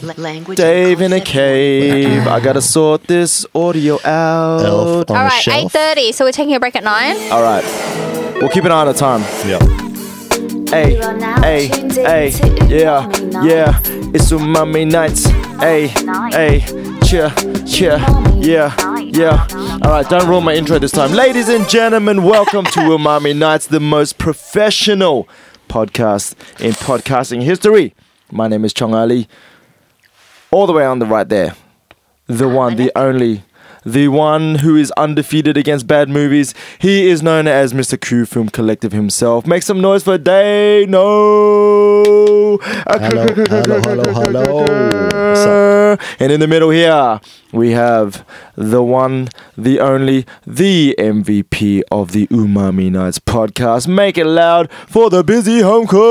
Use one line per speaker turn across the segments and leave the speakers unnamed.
Language
Dave in a
concept.
cave. I gotta sort this audio out.
Elf on
All
a
right,
shelf.
eight thirty. So we're taking a break at nine.
All right. We'll keep an eye on the time.
Yeah.
Hey, hey, hey, yeah, yeah. It's umami nights. Hey, hey, cheer, cheer, yeah, yeah. All right, don't ruin my intro this time. Ladies and gentlemen, welcome to Umami Nights, the most professional podcast in podcasting history. My name is Chong Ali. All the way on the right there, the one, the only, the one who is undefeated against bad movies. He is known as Mr. Q Film Collective himself. Make some noise for Day No.
Hello, hello, hello, hello. What's up?
And in the middle here, we have the one, the only, the MVP of the Umami Nights podcast. Make it loud for the busy home cook.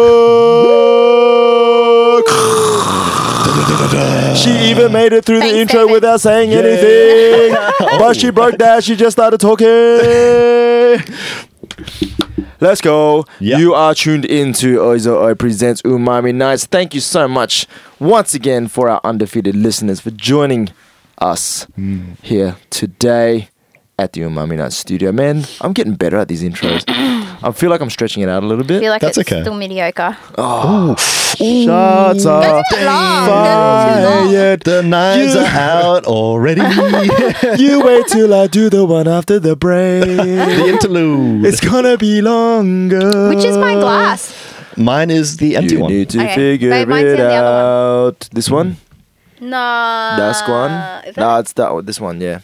She even made it through the
Thanks,
intro
David.
without saying anything. but she broke that. She just started talking. Let's go.
Yeah.
You are tuned into Oizo Oi Presents Umami Nights. Thank you so much once again for our undefeated listeners for joining us here today at the Umami Nights studio. Man, I'm getting better at these intros. I feel like I'm stretching it out a little
I feel
bit.
like
That's
it's
okay.
still mediocre.
Shut up.
That's a bit long. That's too long.
Fired.
The knives are out already. the
You wait till I do the one after the break.
interlude.
It's gonna be longer.
Which is my glass?
Mine is the empty
you
one.
need to
Okay.
figure
Babe, mine's in
it
the other
out. This one?
No.
That's one?
Uh, Is, that,
No, it's that one. This one, yeah.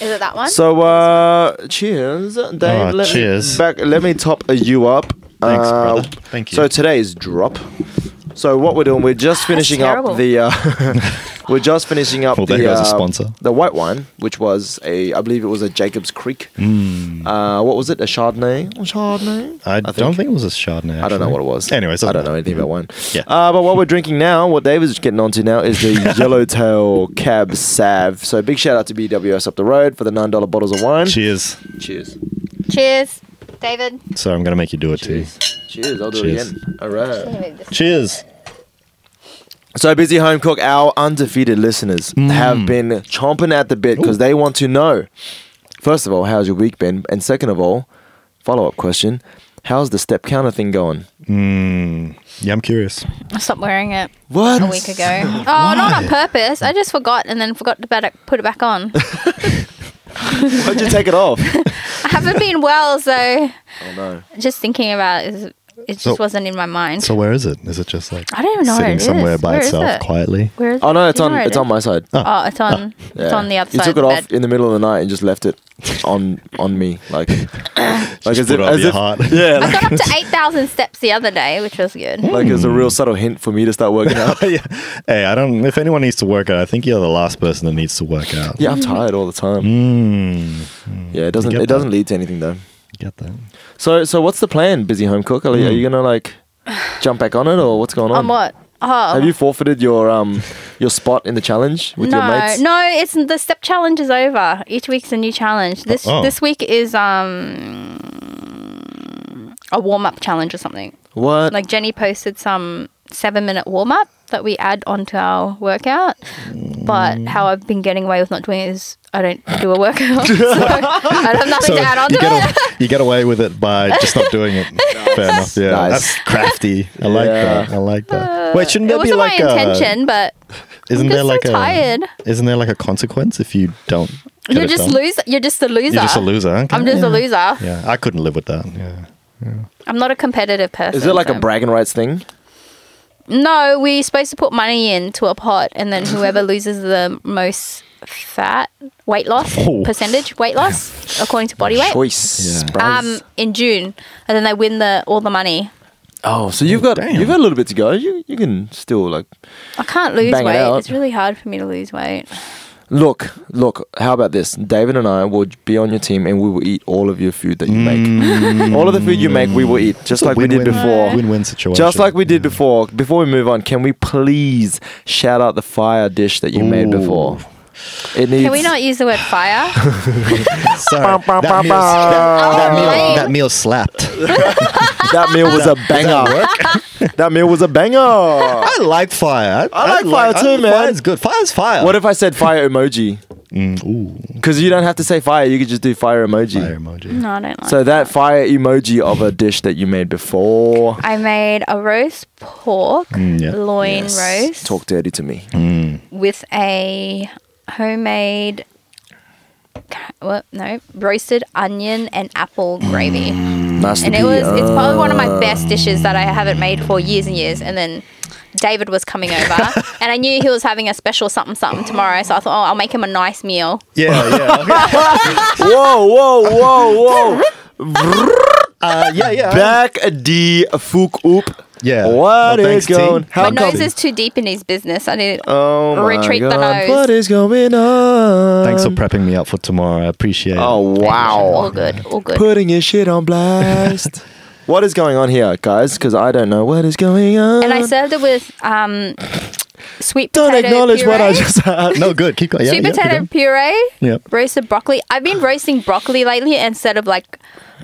is it that one?
So, uh, cheers, Dave.
Oh,
let Me
cheers.
back, let me top you up.
Thanks,
Uh,
brother. Thank you.
So today's drop. So what we're doing, we're just finishing
terrible.
up the, uh, we're just finishing up
Well,
the
there goes a
uh,
sponsor.
the white wine, which was a, I believe it was a Jacob's Creek.
Mm.
Uh, what was it? A Chardonnay. Chardonnay.
I, don't think it was a Chardonnay.
I don't know
actually.
what it was.
Anyways,
I don't know anything about wine.
Yeah.
Uh, but what we're drinking now, what David's getting onto now, is the Yellowtail Cab Sav. So big shout out to BWS up the road for the nine dollar bottles of wine.
Cheers.
Cheers.
Cheers, David.
So I'm gonna make you do it too.
Cheers. Cheers. I'll do
Cheers.
it again. All right.
Cheers.
So busy home cook. Our undefeated listeners
Hmm.
have been chomping at the bit because they want to know. First of all, how's your week been? And second of all, follow up question: How's the step counter thing going?
Hmm. Yeah, I'm curious.
I stopped wearing it
What?
a week ago. Oh, not on purpose. I just forgot and then forgot to better put it back on.
Why'd you take it off?
I haven't been well, so
oh no.
just thinking about it, is- it just
So-
wasn't in my mind.
So where is it? Is it just like
I don't even know
sitting
where it is.
somewhere by
Where is
itself
it?
quietly?
Where is
Oh no,
it?
it's
Do you
on.
know where it
It's on
is?
my side.
Oh, it's on. It's
Yeah.
on the other
You
side.
took it
of the
off
bed.
in the middle of the night and just left it on on me, like like as
put it
if,
over
as
your
if
heart.
yeah,
I
like,
got up to 8,000 steps the other day, which was good.
like it's a
Hmm.
real subtle hint for me to start working out.
yeah. Hey, I don't. If anyone needs to work out, I think you're the last person that needs to work out.
Yeah, I'm tired all the time.
Mm,
Yeah, it doesn't
get
it doesn't
that.
lead to anything though.
get that.
So so what's the plan, busy home cook? Are, you- are
Hmm.
you gonna like jump back on it or what's going on?
On what? Oh,
Have you forfeited your um your spot in the challenge with
no,
your mates?
no. It's the step challenge is over. Each week's a new challenge. This
Oh.
this week is um a warm up challenge or something.
What?
Like Jenny posted some seven minute warm up that we add onto our workout. But
Mm.
how I've been getting away with not doing it is I don't do a workout. so I have nothing to add on
you
to
get,
it.
a- you get away with it by just not doing it. Fair enough. Yeah,
Nice.
that's crafty. I like
Yeah.
that. I like that. Wait, shouldn't
Uh, It
there be
wasn't
like uh,
my
a?
intention, but
Isn't
I'm
there
just
like
so
a?
tired.
Isn't there like a consequence if you don't? get
you're
it
just
done?
loser. You're just a loser.
You're just a loser. Okay.
I'm just a loser.
Yeah, I couldn't live with that. Yeah.
I'm not a competitive person.
Is it like a
so-
bragging rights thing?
No, we're supposed to put money into a pot, and then whoever loses the most fat weight loss
Oh.
percentage weight loss according to body weight
Choice.
Yeah.
bros.
um in June, and then they win the all the money.
oh, so you've got
Damn.
you've got a little bit to go. You you can still like
I can't lose
Bang it
weight.
out.
it's really hard for me to lose weight.
Look, look, how about this? David and I will be on your team and we will eat all of your food that you make. all of the food you make, we will eat, just like we did
Mm. Win-win-
before.
Win-win situation.
Just like we did before. Before we move on, can we please shout out the fire dish that you made
Ooh.
before? It needs.
Can we not use the word fire?
Sorry,
Bum, bum,
that,
bum,
meal,
bum.
that, meal,
Lame.
that meal slapped.
that meal was a banger. that meal was a banger.
I like fire.
I like fire too,
I-
man.
Fire's good. Fire's fire.
What if I said fire emoji?
Mm, ooh,
Because you don't have to say fire, you could just do fire emoji.
fire emoji.
no, I don't like.
So that fire emoji of a dish that you made before.
I made a roast pork
Mm, yeah.
loin roast
Talk dirty to me.
Mm.
with a homemade ca- what no roasted onion and apple gravy.
Master
And it was it's probably one of my
uh,
best dishes that I haven't made for years and years. And then David was coming over, and I knew he was having a special something something tomorrow. So I thought, oh, I'll make him a nice meal.
Yeah, yeah, okay.
whoa, whoa, whoa, whoa.
uh, yeah, yeah.
Back the fuck up.
Yeah.
What
Well,
is
thanks, T.
going
My
How
My nose
come?
is too deep in his business. I didn't.
oh my
retreat the
God.
nose.
What is going on?
Thanks for prepping me up for tomorrow. I appreciate
Oh,
it.
all
wow.
good, all good.
Putting your shit on blast. what is going on here, guys? Because I don't know what is going on.
and I served it with um, sweet
don't
potato
acknowledge
puree.
what I just had.
No, good. Keep going. Yeah,
sweet
yeah, keep
potato
going.
puree,
Yeah.
roasted broccoli. I've been roasting broccoli lately instead of like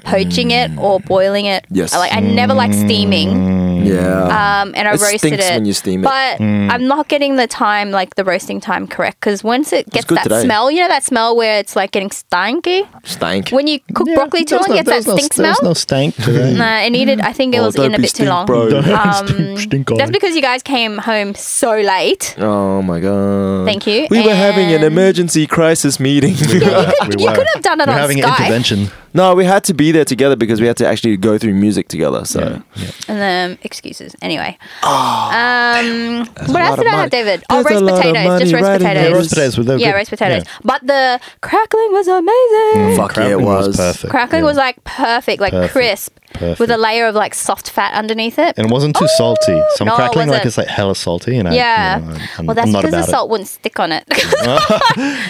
poaching it or boiling it.
Mm. Yes.
I Like I never like steaming.
Yeah.
Um, and I
It
roasted
stinks
it.
when you steam it. Mm.
But I'm not getting the time, like the roasting time correct. Because once it gets
good
that
today.
smell, you know that smell where it's like getting stinky?
Stank.
When you cook
Yeah,
broccoli too
there's
long,
no-
it gets
there's
that
no-
stink smell?
There's no stank today.
No, it needed, I think it
Oh,
was
don't
in a
be
bit too
stink,
long.
bro. Don't
Um,
stink
that's
on.
because you guys came home so late.
Oh my god.
Thank you.
We were having an
And-
emergency crisis meeting.
We
you
were.
could have done it
We're
on
having
Skype.
an intervention.
no, we had to be there together because we had to actually go through music together. So
And then excuses. Anyway. um,
Oh, a lot
what else did
of
I have,
money.
David? Oh,
There's a
roast
lot of
potatoes.
money
Just roast
riding
potatoes.
on
Yeah, roast potatoes with
yeah, roast potatoes. But the crackling was amazing.
Mm. Fuck yeah, it
Crackling
was.
perfect.
Crackling
yeah.
was like perfect, like
Perfect.
crisp, with a
Perfect.
layer of like soft fat underneath it.
and it wasn't too salty. Some
No, it
crackling like
wasn't.
it's like hella salty, and I,
yeah.
you know, I'm- I'm,
well, that's
I'm not
because the
about
salt wouldldn't stick on it.
it.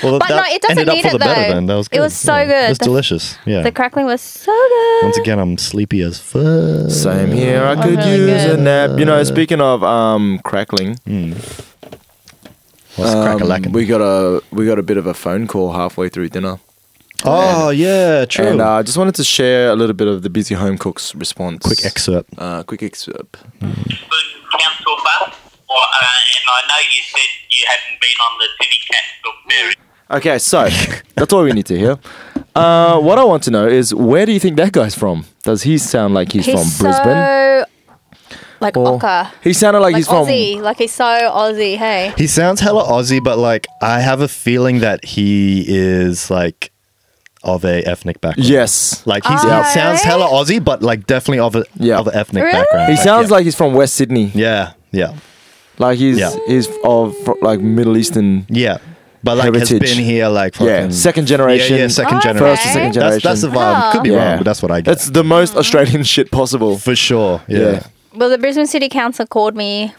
well,
But
that
no, it doesn't
ended up
need
for
it,
the
though.
better. Then that was
It
good.
was so
yeah.
good.
It was
The-
delicious. Yeah.
the crackling was so good.
Once again, I'm sleepy as fuck.
Same here. I could
really
use
good.
a nap. You know, speaking of um crackling,
What's
um,
crack a lacking?
we got a we got a bit of a phone call halfway through dinner,
Oh yeah, true.
and uh, I just wanted to share a little bit of the busy home cook's response.
Quick excerpt.
Uh, quick excerpt.
Food Council bus, or, uh, and I know you said you hadn't been on the City Council ferry.
Okay, so that's all we need to hear. Uh, what I want to know is where do you think that guy's from? Does he sound like he's,
he's
from
so,
Brisbane?
Like
Or-
ochre.
He sounded like,
Like
he's from
Aussie. Like he's so Aussie, hey.
He sounds hella Aussie, but like I have a feeling that he is like of a ethnic background.
yes.
Like he's,
Yeah.
he sounds hella Aussie, but like definitely of a
Yeah.
of an ethnic
Really?
background.
He sounds
yeah.
like he's from West Sydney.
yeah, yeah,
Like he's
Yeah.
he's of fr- like Middle Eastern.
yeah. But like has
Heritage.
been here like fucking,
Yeah, second generation.
Yeah, yeah second
Oh, okay.
generation.
First or second
That's, that's the
generation.
vibe. Could be
Yeah.
wrong, but that's what I get
That's the
Mm-hmm.
most Australian shit possible.
for sure. Yeah.
Yeah.
Well, the Brisbane City Council called me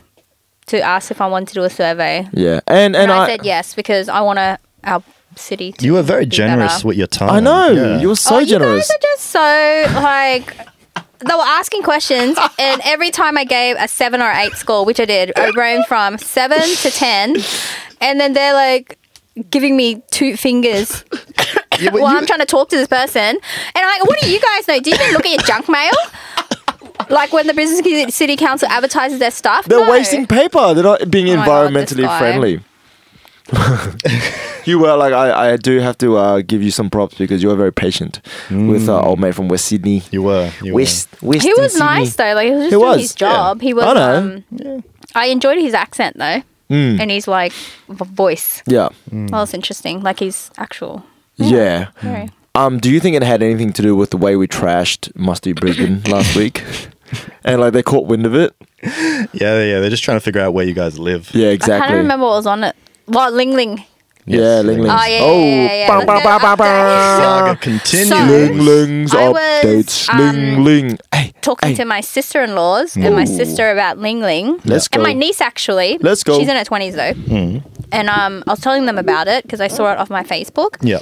to ask if I wanted to do a survey. And,
Yeah, and and,
I, said yes because I want to, our city to
You were very
be
generous
better.
with your time.
I know
Yeah.
you were so
Oh,
generous.
You guys are just so, like, they were asking questions, and every time I gave a seven or eight score, which I did, I roamed from seven to ten, and then they're like, Giving me two fingers
Yeah, but
while
you-
I'm trying to talk to this person, and I'm like, "What do you guys know? Do you even look at your junk mail? Like when the Brisbane City Council advertises their stuff?
They're
No.
wasting paper. They're not being
Oh my God, this
environmentally
guy.
friendly. you were like, I, I do have to uh, give you some props because you were very patient with uh, old mate from West Sydney.
You were. Mm. You
West, West
He was nice though. Like he was just
He
doing
was,
his
yeah.
job. He was.
I
I,
know. Hmm.
um, I enjoyed his accent though, and his like v- voice.
Yeah,
Mm.
Well, it's interesting. Like his actual.
yeah.
Very.
Um, do you think it had anything to do with the way we trashed Musty Brisbane last week? And like they caught wind of it.
were. Yeah, yeah. They're just trying to figure out where you guys live.
Yeah,
I
exactly.
can't remember what was on it. Well, Ling Ling.
Yeah, Ling Ling's.
Oh yeah, yeah, yeah, yeah.
bang, bang,
Let's
bang,
go
bang.
Saga
So-
Ling
continues.
Ling's
I was,
updates. Ling
um,
Ling. Hey,
Talking
hey,
to my sister-in-laws and my sister about Ling Ling.
Let's
And
go.
my niece actually.
Let's go. Hmm.
She's in her twenties though. And um, I was telling them about it because I saw it off my Facebook.
Yeah.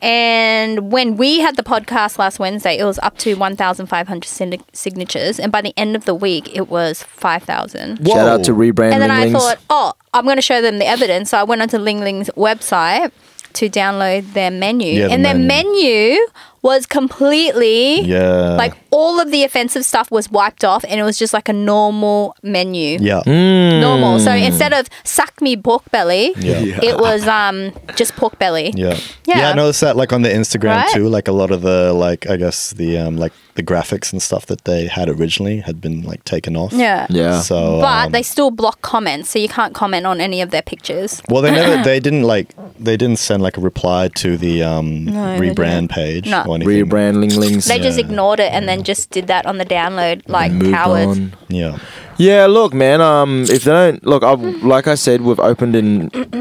And when we had the podcast last Wednesday, it was up to 1,500 sign- signatures. And by the end of the week, it was 5,000.
Whoa.
Shout out to rebrand
And then I
Linglings.
thought, oh, I'm going to show them the evidence. So I went onto Ling Ling's website to download their menu.
Yeah, the
and their
menu.
menu was completely
Yeah.
like all of the offensive stuff was wiped off and it was just like a normal menu.
yeah.
Mm.
Mm.
Normal. So instead of suck me pork belly,
Yeah. Yeah.
it was um just pork belly.
Yeah.
Yeah.
I noticed that like on the Instagram
Right?
too. Like a lot of the like I guess the um like the graphics and stuff that they had originally had been like taken off.
Yeah.
Yeah.
So
But
um,
they still block comments, so you can't comment on any of their pictures.
well they never they didn't like they didn't send like a reply to the um
No, they
rebrand page
No.
or anything.
rebrand Linglings.
They just ignored it and then just did that on the download, like
Moved
cowards.
on.
Yeah.
Yeah, look, man. Um, if they don't look, I've, like I said, we've opened an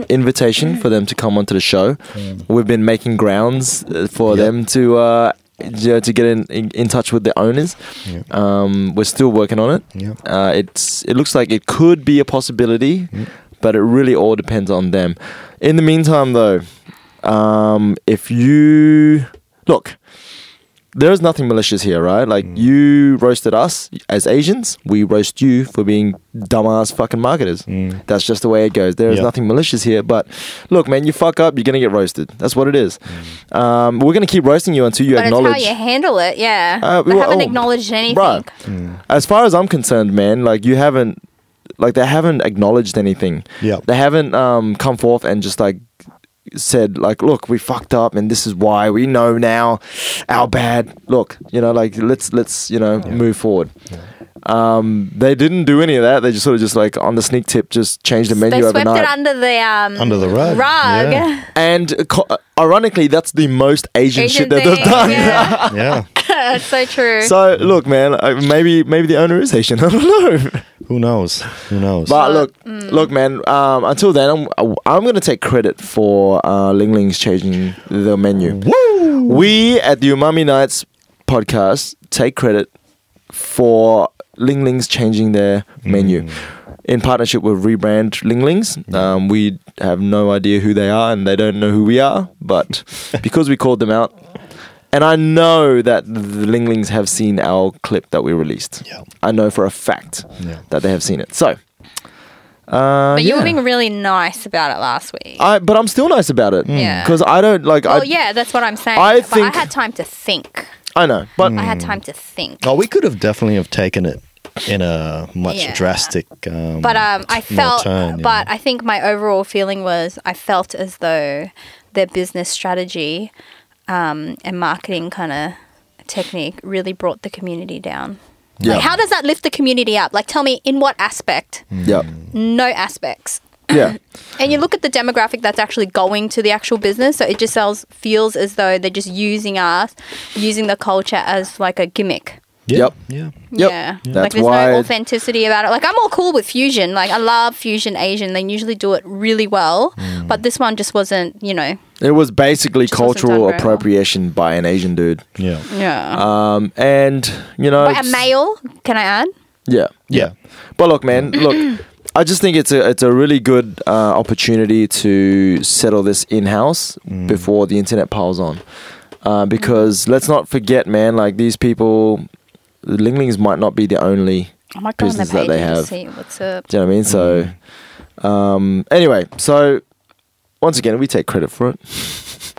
invitation for them to come onto the show. We've been making grounds uh, for
Yep.
them to uh, you know, to get in, in in touch with the owners.
Yep.
Um, we're still working on it.
Yep.
Uh, it's it looks like it could be a possibility, but it really all depends on them. In the meantime, though, um, if you look there is nothing malicious here, right? Like you roasted us as Asians, we roast you for being dumbass fucking marketers. That's just the way it goes. There is
Yeah.
nothing malicious here, but look, man, you fuck up, you're gonna get roasted. That's what it is. Um, we're gonna keep roasting you until you
But it's
acknowledge.
how you handle it, yeah.
Uh,
they
well,
haven't
oh,
acknowledged anything.
Bruh, as far as I'm concerned, man, like you haven't, like they haven't acknowledged anything.
Yeah.
They haven't um come forth and just like said like, look, we fucked up, and this is why we know now, our bad. Look, you know, like let's let's you know move forward. Um, they didn't do any of that. They just sort of just like on the sneak tip, just changed the
They
menu
swept
overnight.
it under the um
Under the rug.
Rug.
Yeah.
and co- uh, ironically, that's the most Asian, shit
Asian
that they've
thing,
done.
yeah.
Yeah.
That's so true.
So look, man, uh, maybe maybe the owner is Asian. I don't know.
Who knows? Who knows?
But look, look, man. Um, until then, I'm, I'm gonna take credit for uh, Ling Ling's changing the menu. Woo! We at the Umami Nights podcast take credit for Ling Ling's changing their menu. In partnership with Rebrand Ling Lings, um, we have no idea who they are and they don't know who we are, but because we called them out, and I know that the Linglings have seen our clip that we released.
Yeah.
I know for a fact
Yeah.
that they have seen it. So, uh,
but you were
yeah.
being really nice about it last week.
I, but I'm still nice about it.
Mm. Yeah.
Because I don't like.
well,
I,
yeah, that's what I'm saying.
I
but
think-
I had time to think.
I know, but
I had time to think.
oh, we could have definitely have taken it in a much
Yeah.
drastic um
But um, I
more
felt,
turn, you
but
know.
I think my overall feeling was I felt as though their business strategy um, and marketing kind of technique really brought the community down.
Yeah.
Like, how does that lift the community up? Like, tell me, in what aspect?
Hmm.
yeah,
No aspects.
yeah,
And you look at the demographic that's actually going to the actual business, so it just sells, feels as though they're just using us, using the culture as like a gimmick.
yeah,
Yep.
Yeah.
Yep.
Yeah.
That's
like there's
why-
no authenticity about it. Like I'm all cool with fusion. Like I love fusion Asian. They usually do it really well.
Mm.
But this one just wasn't, you know.
it was basically
Just wasn't done
cultural
very well.
appropriation by an Asian dude.
Yeah.
Yeah.
Um, and you know,
but a
it's-
male, can I add?
Yeah,
Yeah.
But look, man, look, I just think it's a it's a really good uh, opportunity to settle this in house before the internet piles on, uh, because let's not forget, man, like these people, the Linglings might not be the only.
I might go on the
Business that
page
they
and
have.
just see what's up.
Do you know what I mean? So,
Mm.
um, anyway, so once again, we take credit for it.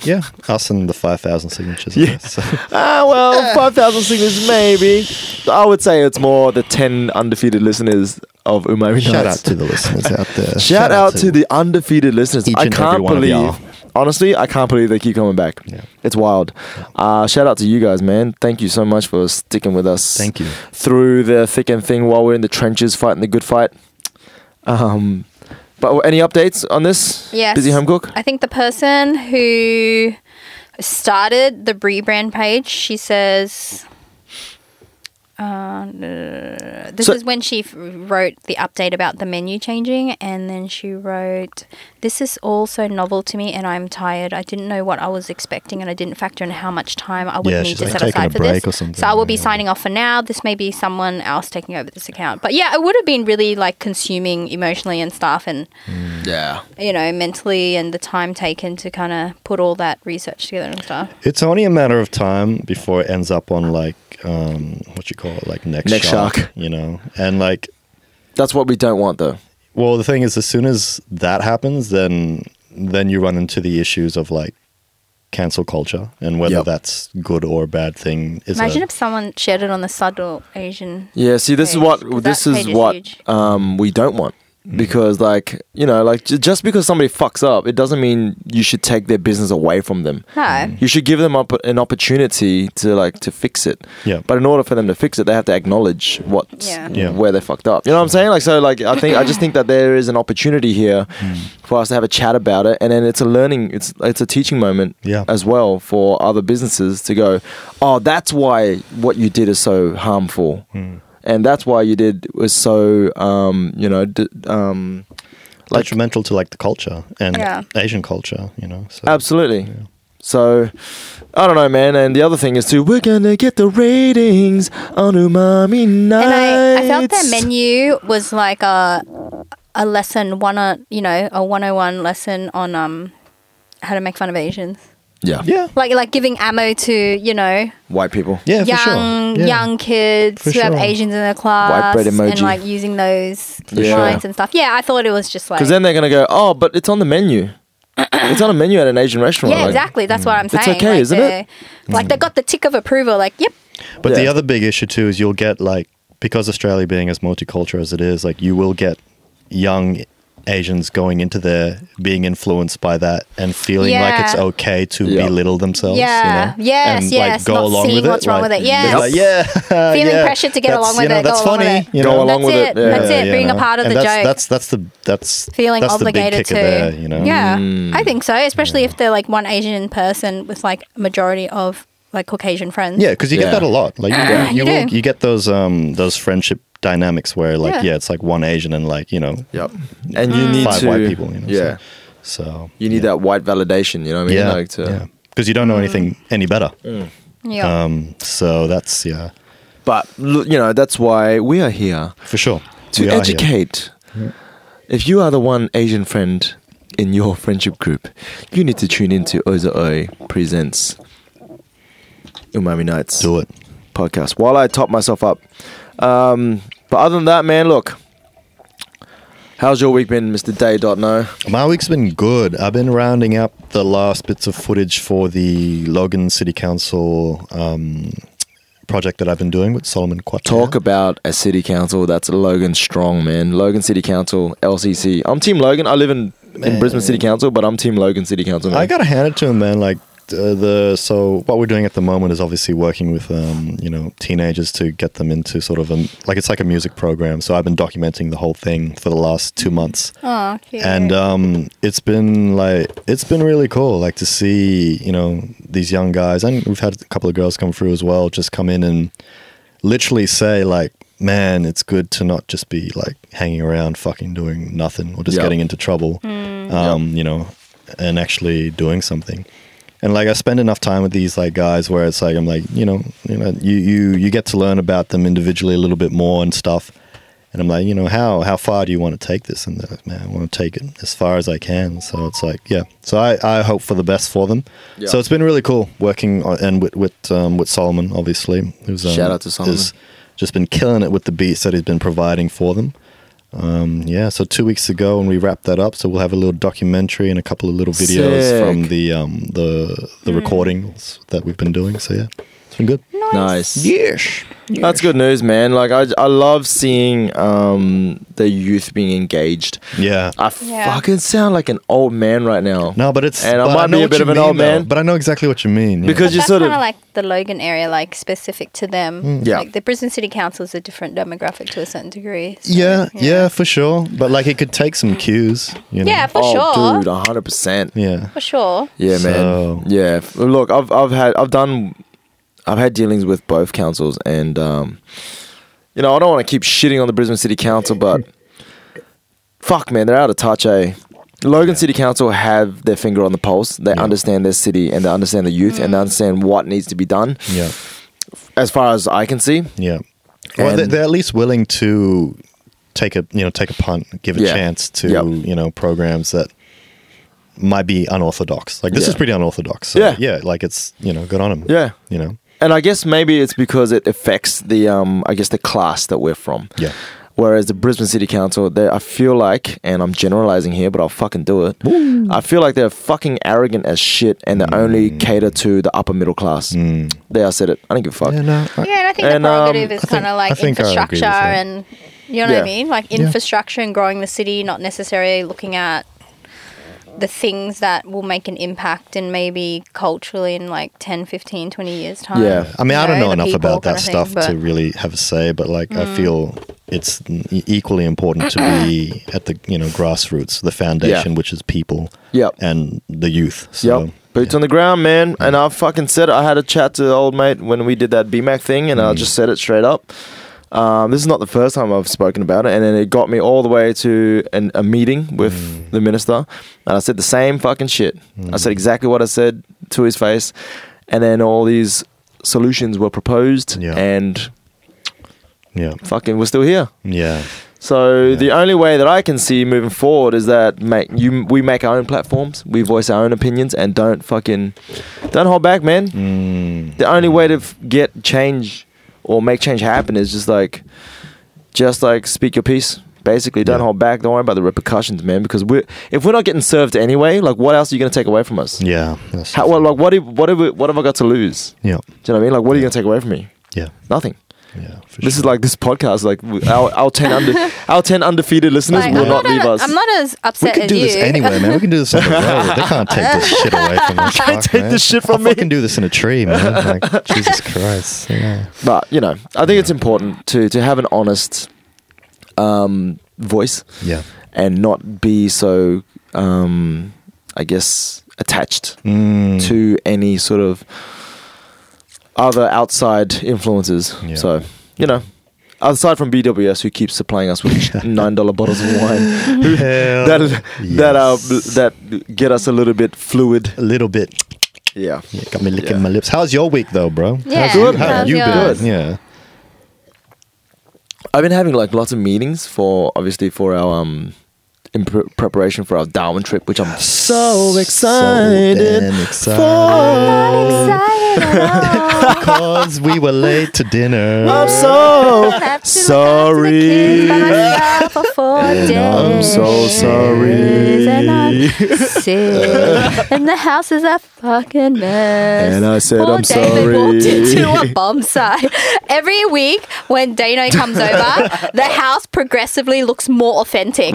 Yeah. Us and the 5,000 signatures. I guess.
Ah, well, five thousand signatures, maybe. I would say it's more the ten undefeated listeners of Umami
Shout out
Nights.
to the listeners out there.
Shout out to the undefeated listeners.
Each
I
and every
can't
one of y'all.
believe, honestly, I can't believe they keep coming back.
Yeah.
It's wild. Uh, shout out to you guys, man. Thank you so much for sticking with us.
Thank you.
Through the thick and thin while we're in the trenches fighting the good fight. Um, but any updates on this?
Yes.
Busy home cook?
I think the person who started the rebrand page, she says Uh, no. this
So-
is when she f- wrote the update about the menu changing, and then she wrote, "This is all so novel to me, and I'm tired. I didn't know what I was expecting, and I didn't factor in how much time I would
Yeah,
need
she's
to
like
set
taking a
aside for
break
this.
or something,
So I will be
yeah.
signing off for now. This may be someone else taking over this account. But yeah, it would have been really like consuming emotionally and stuff, and
Yeah.
you know, mentally, and the time taken to kind of put all that research together and stuff.
It's only a matter of time before it ends up on like um, what you call it, like next,
Next
shock,
shock.
you know. And like,
That's what we don't want, though.
well, the thing is, as soon as that happens, then then you run into the issues of like cancel culture and whether
Yep.
that's good or bad thing. Is
Imagine
a,
if someone shared it on the subtle Asian.
Yeah, see, this is
page,
what
'cause
this
that
is
page is
what
huge.
um, we don't want because, like, you know, like j- just because somebody fucks up, it doesn't mean you should take their business away from them.
No.
Mm.
You should give them up an opportunity to like to fix it.
Yeah.
But in order for them to fix it, they have to acknowledge what
Yeah.
Yeah.
where they fucked up. You know what I'm saying? Like, so like I think I just think that there is an opportunity here
Hmm.
for us to have a chat about it, and then it's a learning, it's it's a teaching moment
Yeah.
as well for other businesses to go, oh, that's why what you did is so harmful,
Hmm.
and that's why you did was so um, you know d- um, like
detrimental to like the culture and
Yeah. Uh,
Asian culture, you know. So
Absolutely. So, I don't know, man. And the other thing is too, we're gonna get the ratings on Umami Nights.
And I, I felt their menu was like a a lesson one on you know a one hundred and one lesson on um how to make fun of Asians.
Yeah.
yeah,
Like like giving ammo to you know
White people.
yeah, for
young
sure. Yeah.
young kids
For
who have
sure.
Asians in their class
bread emoji.
and like using those
Yeah.
lines and stuff. Yeah, I thought it was just like
Because then they're gonna go, oh, but it's on the menu. it's on a menu at an Asian restaurant.
yeah,
Like,
exactly. That's what I'm
It's
saying.
okay,
like
isn't it?
they- Like they got the tick of approval. Like yep,
But the
Yeah.
other big issue too is you'll get like because Australia being as multicultural as it is, like you will get young Asians going into there being influenced by that and feeling like it's
Yeah.
okay to
Yeah.
belittle themselves.
Yeah.
You know?
Yes,
And
yes,
like go
not
along
seeing
with it.
what's wrong
like,
with
they're
it. Yes.
Like, yeah.
Feeling
yeah,
pressure to get
that's-
along with
you know,
it, go
That's
along with
funny.
it.
you
Go
know?
along
that's
with
it.
it, yeah.
That's it.
you
Being
know?
a part of
And
the
that's,
joke.
That's that's the that's
feeling
that's
obligated
the
to.
big kicker There, you know.
Yeah, I think so. Especially if they're like one Asian person with like a majority of like Caucasian friends.
Yeah, because you
Yeah.
get that a lot. Like you, you,
You
will,
do.
you get those um those friendship dynamics where like yeah.
Yeah.
it's like one Asian and like you know
Yep. And
Mm.
you need
five
to.
Mm. white people. You know, so-
yeah.
So
You need
yeah.
that white validation. You know what I mean?
yeah,
Like to, Mm.
because you don't know anything any better.
Yeah.
Um, so that's yeah,
But l- you know that's why we are here.
for sure.
to
We are here.
educate. If you are the one Asian friend in your friendship group, you need to tune into Oza Oi Presents Umami Nights
do it.
podcast while I top myself up. Um, but other than that, man, look. How's your week been, Mr. Day. No.
My week's been good. I've been rounding up the last bits of footage for the Logan City Council um, project that I've been doing with Solomon Quattro.
Talk about a city council that's Logan strong, man. Logan City Council, LCC. I'm Team Logan. I live in, in Brisbane City Council, but I'm Team Logan City Council. Man.
I gotta hand it to him, man. Like uh, the so what we're doing at the moment is obviously working with um, you know teenagers to get them into sort of a like it's like a music program. So I've been documenting the whole thing for the last two months.
oh, cute.
and um, it's been like it's been really cool like to see you know these young guys and we've had a couple of girls come through as well just come in and literally say like man it's good to not just be like hanging around fucking doing nothing or just
Yeah.
getting into trouble um, you know and actually doing something and like I spend enough time with these like guys where it's like I'm like you know you know you you you get to learn about them individually a little bit more and stuff and I'm like you know how how far do you want to take this and they're like, man I want to take it as far as I can so it's like yeah so I, I hope for the best for them
Yeah.
so it's been really cool working on, and with with um, with Solomon obviously who's um,
Shout out to Solomon.
is just been killing it with the beats that he's been providing for them um, yeah so two weeks ago and we wrapped that up so we'll have a little documentary and a couple of little videos
Sick.
from the um the the recordings that we've been doing. So yeah, it's been good.
nice.
Yes.
That's good news, man. Like I, I love seeing um, the youth being engaged.
Yeah.
I
Yeah.
fucking sound like an old man right now.
No, but it's
And I
but
might
know
be a
what
bit
you
of an
mean,
old
though.
man.
But I know exactly what you mean. yeah.
because you
that's
sort
kind
of
of like the Logan area, like specific to them.
Yeah.
Like the Brisbane City Council is a different demographic to a certain degree. so,
yeah, yeah, for sure. But like, it could take some cues. You know?
Yeah, for
oh,
sure.
dude, hundred percent.
Yeah.
For sure.
Yeah, man.
So-
Yeah. Look, I've I've had I've done I've had dealings with both councils, and um, you know, I don't want to keep shitting on the Brisbane City Council, but fuck, man, they're out of touch, eh? Logan City Council have their finger on the pulse. They understand their city and they understand the youth and they understand what needs to be done.
Yeah.
As far as I can see,
Yeah. Well, they-
And-
they're at least willing to take a you know take a punt, give a
Yeah.
chance to
Yep.
you know programs that might be unorthodox. Like this
Yeah.
is pretty unorthodox. So,
Yeah.
yeah. Like it's you know good on them.
Yeah.
You know.
and I guess maybe it's because it affects the, um, I guess the class that we're from.
Yeah.
Whereas the Brisbane City Council, they, I feel like, and I'm generalizing here, but I'll fucking do it. I feel like they're fucking arrogant as shit, and they only
Mm.
cater to the upper middle class. There, I said it. I don't give a fuck.
Yeah. No. I,
Yeah, and I think
And,
the
um,
prerogative
I
is
think-
kind of
I
like
think I agree with
infrastructure
that.
and you know what
Yeah.
I mean, like infrastructure and growing the city, not necessarily looking at the things that will make an impact in maybe culturally in like 10, 15, 20 years time.
Yeah.
I mean, I
You
don't know
the
enough
people
about that
kinda thing,
stuff
but- Mm.
to really have a say, but like I feel it's n- equally important to be at the you know grassroots, the foundation, which is people,
Yep.
and the youth. So,
Yep. Boots on the ground, man. And I fucking said it. I had a chat to the old mate when we did that BMAC thing, and I
Mm.
just said it straight up. Um, this is not the first time I've spoken about it. And then it got me all the way to an, a meeting with
Mm.
the minister. And I said the same fucking shit. I said exactly what I said to his face. And then all these solutions were proposed,
Yeah.
and
yeah,
fucking we're still here.
yeah,
So the only way that I can see moving forward is that make you we make our own platforms, we voice our own opinions, and don't fucking don't hold back, man.
Mm.
The only way to f- get change or make change happen is just like just like speak your piece. Basically, don't
Yeah.
hold back. Don't worry about the repercussions, man. Because we are if we're not getting served anyway, like what else are you gonna take away from us?
yeah. That's-
How, well, like what if, what have we- what have I got to lose? Do
yeah,
you know what I mean? Like what are you gonna take away from me?
yeah,
Nothing.
yeah. for
This
sure.
is like this podcast. Like w- our, our ten under, our ten undefeated listeners
Like,
will
I'm
not, leave
a-
us.
I'm not as
we
upset
can
as
do
you.
this anyway, man. We can do this on the road. They can't take this shit away from us. Fuck,
take
man.
this shit from
I
me.
can do this in a tree, man. Like, Jesus Christ. Yeah.
but you know, I think it's important to to have an honest um, voice
Yeah.
and not be so, um, I guess, attached
Mm.
to any sort of other outside influences.
Yeah.
So you know. Aside from BWS, who keeps supplying us with nine dollar bottles of wine, who-
Hell
that that uh,
yes.
that get us a little bit fluid.
A little bit.
Yeah,
Yeah, got me licking
Yeah.
my lips. How's your week though, bro?
Yeah,
How's you,
Good,
how
man.
you
how's
been? Yeah.
I've been having like lots of meetings for obviously for our um in pre- preparation for our Darwin trip, which I'm so excited.
damn
for.
excited.
Excited at all.
Because we were late to dinner.
I'm so
Have to look after the kids
sorry.
by myself for four
I'm
days.
so sorry.
And I'm sick. and the house is a fucking mess.
And I said,
Poor
I'm
David "Oh, walked into
sorry.
a bomb site. Every week when Dano comes over, the house progressively looks more authentic.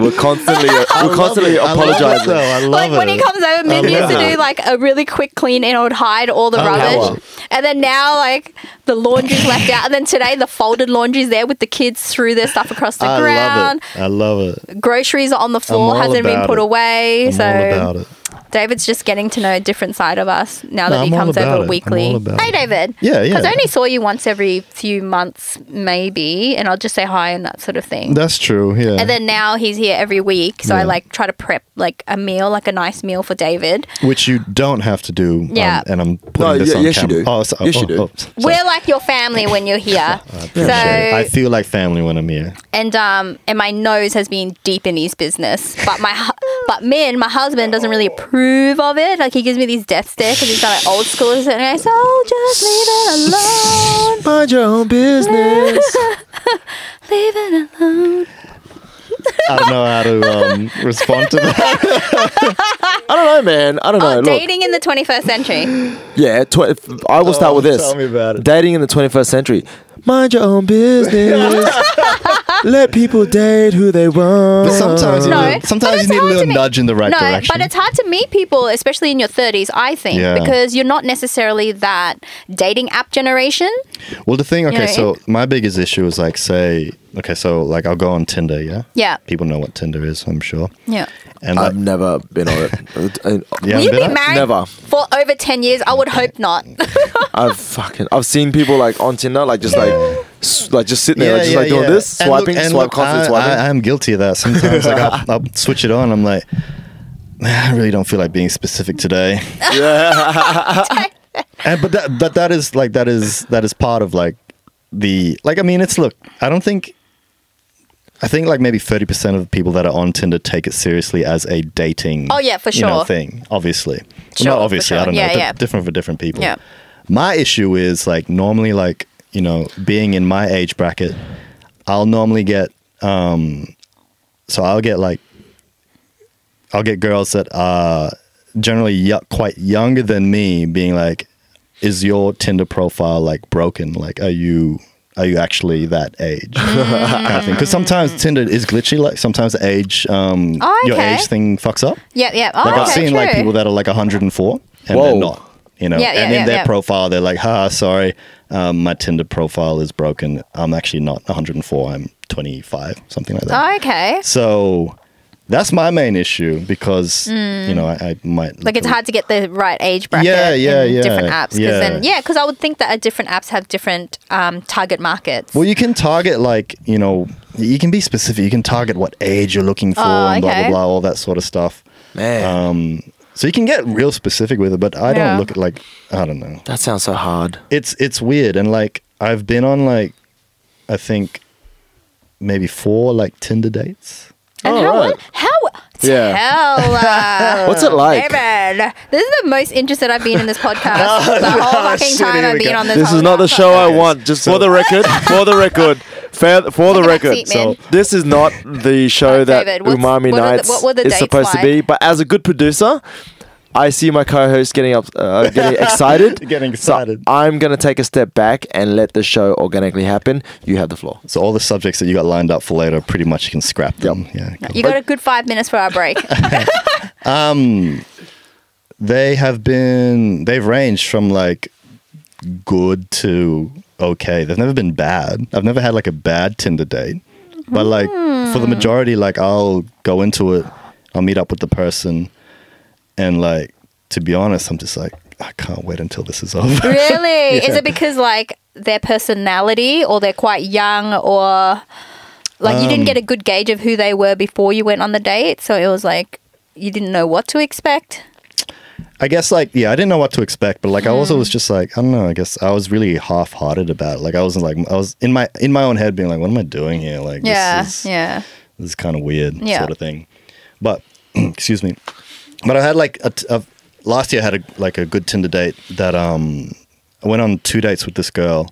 We're constantly we're constantly
I love it, though.
apologizing.
I love
like
it.
when he comes over, Min used to do like a really quick clean and I would hide all the
Oh, wow.
rubbish. And then now like the laundry's left out. And then today the folded laundry's there with the kids threw their stuff across the
I love
ground.
it. I love it.
Groceries are on the floor,
all
hasn't been
about
put
it.
away.
I'm
so
all about it.
David's just getting to know a different side of us now that
No,
he
I'm all
comes
about it.
over
I'm
weekly.
all about
hey,
it.
David.
Yeah, yeah.
Because I only saw you once every few months, maybe, and I'll just say hi and that sort of thing.
That's true. Yeah.
and then now he's here every week, so I
Yeah.
like try to prep like a meal, like a nice meal for David.
Which you don't have to do. um,
Yeah.
and I'm putting
No,
this
y-
on
yes, you
camera.
do.
Oh, so,
Yes,
oh,
you do.
oh, sorry.
We're like your family when you're here.
Appreciate it. I
so
feel like family when I'm here.
and um and my nose has been deep in his business, but my hu- but Min, my husband, doesn't really approve of it. Like he gives me these death stares because he's got like old school and I say, oh, just leave it alone.
Mind your own business.
Leave it alone.
I don't know how to um, respond to that.
I don't know, man. I don't know.
Oh,
Look,
dating in the 21st century.
Yeah, tw- I will start
Oh,
with this.
tell me about it.
Dating in the 21st century. Mind your own business. Let people date who they want.
But sometimes,
No,
you need,
but
sometimes
it's
you need a
hard
little
to me-
nudge in the right
no,
direction.
but it's hard to meet people, especially in your 30s, I think,
Yeah.
because you're not necessarily that dating app generation.
well, the thing, okay,
know,
so my biggest issue is like, say, okay, so like I'll go on Tinder, yeah?
Yeah. Uh,
People know what Tinder is, I'm sure.
Yeah.
And like,
I've never been on it. Uh,
Yeah.
Will you be
Never?
married
Never.
for over 10 years? I would hope not.
I've fucking I've seen people like on Tinder like just like s- like just sitting there like, just like doing this
And look-
swiping
and
swipe
look,
constantly
I,
swiping.
I, am guilty of that sometimes. like I'll, I'll switch it on. I'm like, man, I really don't feel like being specific today. and but that but that is like that is that is part of like the like I mean it's look I don't think. I think like maybe thirty percent of the people that are on Tinder take it seriously as a dating.
Oh, yeah, for
you know,
sure.
thing obviously.
Sure,
Well, not
for
obviously. I
sure.
don't
Yeah,
know. Di-
yeah.
Different for different people.
Yeah.
My issue is like normally like you know being in my age bracket, I'll normally get um, so I'll get like I'll get girls that are generally y- quite younger than me being like, is your Tinder profile like broken? Like, are you are you actually that age? Because sometimes Tinder is glitchy. Like sometimes the age um,
Mm. Oh,
your
okay.
age thing fucks up.
yeah, yeah. Oh,
Like I've
okay,
seen
true.
like people that are like 104 and
Whoa.
they're not. You know,
Yeah, yeah,
and in
yeah,
their
yeah.
profile, they're like, "Ha, sorry, um, my Tinder profile is broken. I'm actually not 104. I'm 25, something like that."
Oh, okay.
So that's my main issue because you know I, I might
Mm. Like it's hard to get the right age bracket
Yeah, yeah,
in
yeah,
different apps. Cause
yeah.
then, yeah, because I would think that uh, different apps have different um, target markets.
Well, you can target like you know you can be specific. You can target what age you're looking for
Oh,
and blah blah
okay.
blah, all that sort of stuff.
Man,
um, So you can get real specific with it, but I
Yeah.
don't look at like I don't know.
that sounds so hard.
It's it's weird and like I've been on like I think maybe four like Tinder dates.
and
Oh,
how,
right.
how,
Yeah.
tell uh, us.
What's it like?
David, this is the most interested I've been in this podcast the whole fucking
shit,
time
here
I've
we
been
go.
on this.
This
whole
is not the
laptop.
show I want. Just for the record, for the record, fair, for the
Take a back
record.
seat, man.
So this is not the show
Oh,
that
David, what's-
Umami
what are the-
Nights
what were the
is
dates
supposed to be.
like?
But as a good producer, I see my co-host getting up, uh, getting excited.
Getting
So
excited.
I'm gonna take a step back and let the show organically happen. You have the floor.
So all the subjects that you got lined up for later, pretty much you can scrap them. Yeah.
You got a good five minutes for our break.
They have been they've ranged from like good to okay. They've never been bad. I've never had like a bad Tinder date. But like for the majority, like I'll go into it, I'll meet up with the person and like to be honest, I'm just like, I can't wait until this is over.
Really?
Yeah.
Is it because like their personality or they're quite young or like you
Um,
didn't get a good gauge of who they were before you went on the date? So it was like you didn't know what to expect?
I guess like yeah, I didn't know what to expect, but like I also was just like I don't know. I guess I was really half-hearted about it. Like I wasn't like I was in my in my own head being like, what am I doing here? Like
yeah.
this is,
yeah.
this is kind of weird
Yeah.
sort of thing. But excuse me. But I had like a, t- a- last year I had a, like a good Tinder date that um I went on two dates with this girl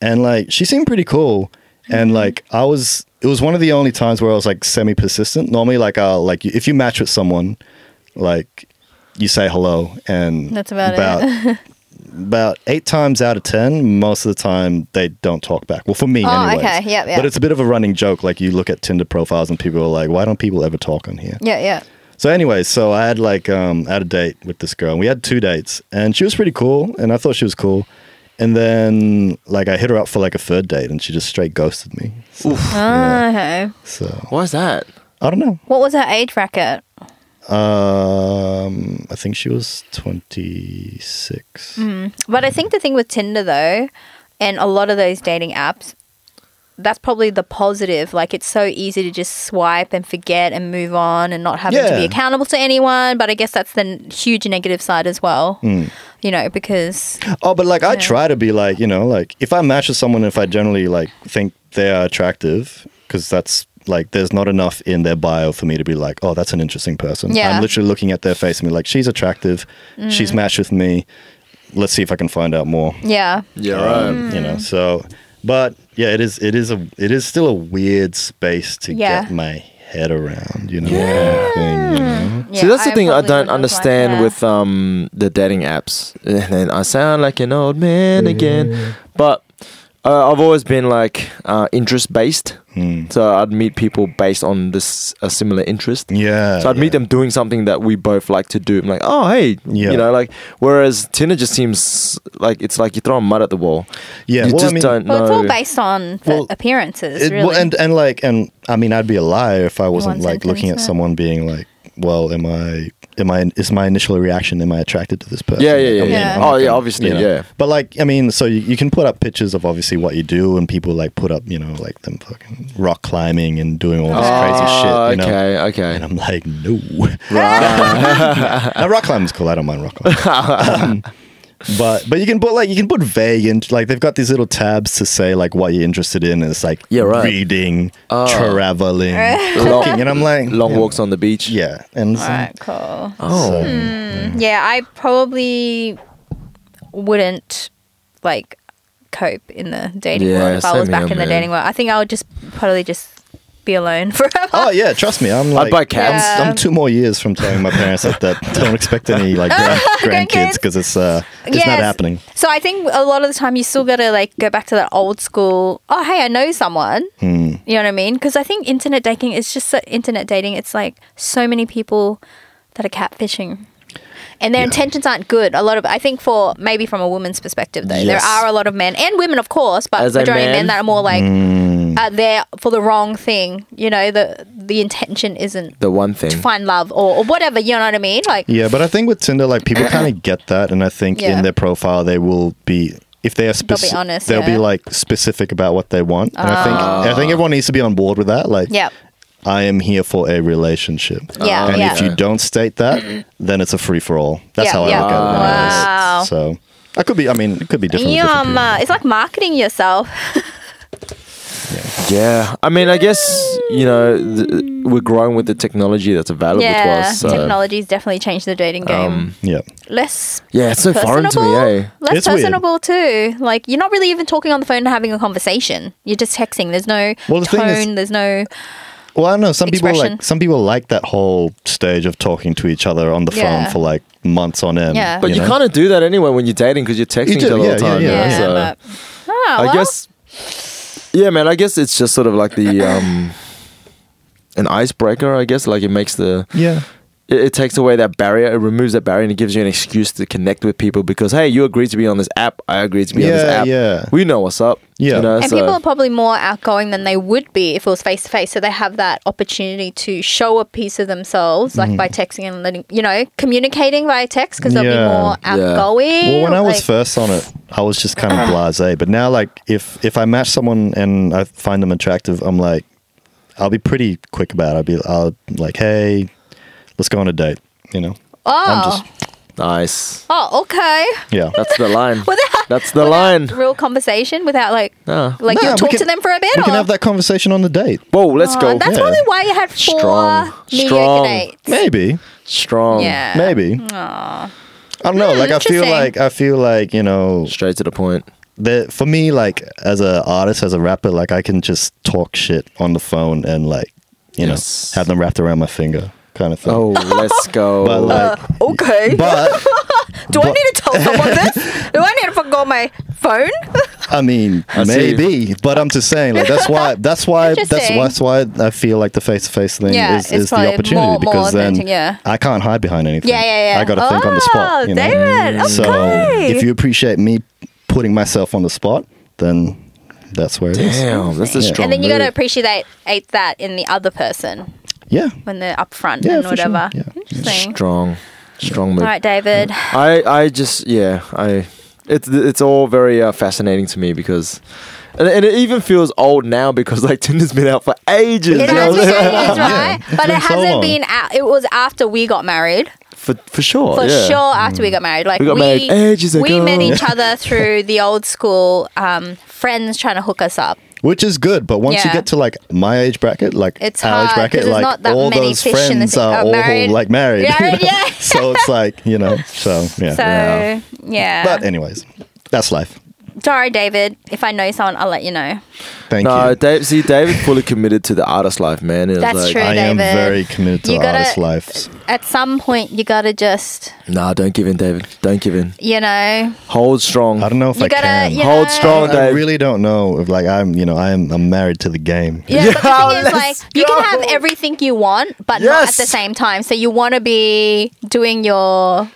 and like she seemed pretty cool
Mm-hmm.
and like I was it was one of the only times where I was like semi persistent. Normally like I'll like if you match with someone like you say hello and
That's about it.
it. about 8 times out of 10 most of the time they don't talk back. Well for me
Oh,
anyways.
okay. Yep, yep.
But it's a bit of a running joke like you look at Tinder profiles and people are like why don't people ever talk on here?
Yeah, yeah.
So anyway, so I had like um I had a date with this girl. We had two dates and she was pretty cool and I thought she was cool. And then like I hit her up for like a third date and she just straight ghosted me. So, yeah.
Okay.
So,
Why is that?
I don't know.
What was her age bracket?
Um I think she was 26.
But I think the thing with Tinder though, and a lot of those dating apps, that's probably the positive. Like it's so easy to just swipe and forget and move on and not having to be
Yeah.
accountable to anyone. But I guess that's the n- huge negative side as well.
Mm.
You know, because
Oh, but like I try to be like, you know, like if I match with someone if I generally like think they are attractive cuz that's like there's not enough in their bio for me to be like, oh, that's an interesting person.
Yeah. Mm.
I'm literally looking at their face and be like, she's attractive. She's matched with me. Let's see if I can find out more.
yeah,
Yeah,
Um, you know,
Mm.
so but yeah, it is it is a it is still a weird space to
Yeah.
get my head around, you know. kind of thing, you know?
yeah
See, that's the thing I
probably would
don't
look
understand
like,
with um the dating apps. And then I sound like an old man again, but Uh, I've always been like uh, interest based,
Hmm.
so I'd meet people based on this a similar interest.
Yeah.
So I'd meet them doing something that we both like to do. I'm like, oh hey,
Yeah.
you know, like. Whereas Tinder just seems like it's like you're throwing mud at the wall.
Yeah,
you
well, I
just
mean-
don't
Well,
know.
it's all based on the
Well,
appearances,
It-
really.
well, and and like and I mean I'd be a liar if I wasn't
One
like looking at
sentence, yeah.
someone being like, well, am I am I is my initial reaction am I attracted to this person?
yeah, yeah, yeah,
I mean,
yeah. Oh
I'm not
yeah,
gonna-
obviously,
you know.
yeah.
But like, I mean, so you, you can put up pictures of obviously what you do, and people like put up, you know, like them fucking rock climbing and doing all this crazy
Ah,
shit. You know?
okay,
And
okay.
I'm like, no. now, rock climbing's cool. I don't mind rock climbing. Um, but but you can put like you can put vague and like they've got these little tabs to say like what you're interested in. And it's like
Yeah, right. Oh.
reading, traveling, cooking, and I'm like
Long
yeah,
walks on the beach.
Yeah, and it's
All
like,
right, cool.
Oh.
Yeah, I probably wouldn't like cope in the dating
Yeah,
world if I
same
was back
here,
in the
man.
dating world. I think I would just probably just be alone forever.
oh yeah, trust me, I'm like
I'd buy cats.
Yeah.
I'm two more years from telling my parents that, that don't expect any like grand, grandkids
Grandkids.
because it's uh it's not
Yes.
happening.
So I think a lot of the time you still got to like go back to that old school. Oh, hey, I know someone.
Hmm.
You know what I mean? Because I think internet dating is just so, internet dating. It's like so many people that are catfishing, and their intentions aren't good. A lot of I think for maybe from a woman's perspective though, there
Yes.
are a lot of men and women, of course, but
As a
majority of
man?
men that are more like are there for the wrong thing. You know, the the intention isn't
The one thing.
to find love or, or whatever. You know what I mean? Like
Yeah, but I think with Tinder, like people kind of get that, and I think
Yeah.
in their profile they will be if they are
They'll
specific.
be honest,
They'll be
yeah. Ah.
like specific about what they want, and I think I think everyone needs to be on board with that. Like,
yeah.
I am here for a relationship.
Yeah,
and
yeah.
Um, if you don't state that, then it's a free for all. That's
Yeah,
how I
yeah.
look at it. nowadays.
Wow.
So I could be. I mean, it could be different. with different
Yum.
people.
uh, It's like marketing yourself.
Yeah, I mean, I guess you know th- we're growing with the technology that's available to
yeah.
us. So.
Technology's definitely changed the dating game.
Yeah.
less
Yeah, it's so foreign to
personable.
me, eh?
Less
It's weird.
personable too. Like you're not really even talking on the phone and having a conversation. You're just texting. There's no
Well, the thing
tone,
is-
there's no
Well, I don't know. Some people like
Expression.
some people like that whole stage of talking to each other on the
Yeah.
phone for like months on end.
Yeah.
But you,
know?
kind of do that anyway when you're dating because you're texting each
do,
other all
yeah,
the time.
yeah,
you know,
yeah,
so
but, Ah,
I
well,
guess, yeah, man. I guess it's just sort of like the um, an icebreaker. I guess like it makes the
Yeah.
it, it takes away that barrier. It removes that barrier and it gives you an excuse to connect with people because hey, you agreed to be on this app. I agreed to be on this
Yeah,
app.
yeah.
we know what's up.
Yeah.
you know,
And
so-
people are probably more outgoing than they would be if it was face to face. So they have that opportunity to show a piece of themselves, like by
Mm-hmm.
texting and letting, you know, communicating via text because they'll
Yeah.
be more
Yeah.
outgoing.
Well, when I was
like- Uh-huh.
first on it, I was just kind of blasé. But now, like, if if I match someone and I find them attractive, I'm like, I'll be pretty quick about it. I'll be, I'll like, hey, let's go on a date. You know? I'm
Oh,
just-
nice.
oh, okay.
Yeah.
That's the line.
Without
That's the line. Ah.
real conversation, without like,
Yeah.
like
Nah,
you
we
talk
can-
to them for a bit.
we
or?
can have that conversation on the date.
Whoa, let's
Oh,
go.
That's
Yeah.
probably why you had four
Strong.
mediocre
Strong.
dates.
Maybe,
Strong.
Yeah.
maybe. I don't know.
Hmm,
like, I feel
interesting.
like I feel like you know,
Straight to the point.
that for me, like as a artist, as a rapper, like I can just talk shit on the phone and like you
Yes.
know have them wrapped around my finger, kind of thing.
Oh, let's go.
But like,
Okay.
but
Do I need to tell someone this? Do I need to forget my phone?
I mean,
see.
maybe. But I'm just saying, like that's why that's why that's
Interesting.
why, that's why I feel like the face to face thing
Yeah,
is,
it's
is the
probably
opportunity
more- more
because then
authentic, yeah.
I can't hide behind anything.
Yeah, yeah, yeah.
I got to think on the
Oh,
spot. You know?
David,
So
okay.
if you appreciate me putting myself on the spot, then that's where it is.
Damn, that's a
Yeah.
strong
and then you got to
move.
appreciate that, ate that in the other person
Yeah.
when they're upfront
Yeah,
and
for sure.
whatever.
Yeah.
Interesting.
strong, strong
All
move.
right, David.
I, I just, yeah, I. It's it's all very uh, fascinating to me because, and, and it even feels old now because like Tinder's been out for ages.
It
you know
has
what
been
I'm saying?
days, right?
it's
but it
been so
hasn't
long.
been out. It was after we got married.
for for sure.
for
Oh, yeah. Mm.
sure after we got married. Like
We
we
got married ages
we
ago.
met each other through the old school um, friends trying to hook us up.
Which is good, but once you
Yeah.
get to like my age bracket, like
It's
our age
hard, 'cause
bracket,
there's
like
not that
all
many
those
fish in the
friends
sea-
are
are
all
married.
like married. you
Married,
know?
yeah.
so it's like you know. So yeah.
So yeah,
But anyways, that's life.
Sorry, David. If I know someone, I'll let you know.
Thank
No,
you.
Dave, see, David fully committed to the artist life, man. It was
That's
like,
true.
I am
David.
very committed to
You gotta-
artist life.
At some point, you gotta just,
Nah, don't give in, David. Don't give in.
you know,
Hold strong.
I don't know if
you
I
gotta,
can.
you
Hold
know,
strong.
I
Oh, Dave.
really don't know if like I'm you know I'm I'm married to the game.
Yeah,
Yeah, but the thing is, like,
let's
you can have
go.
everything you want, but not
Yes.
at the same time. So you want to be doing your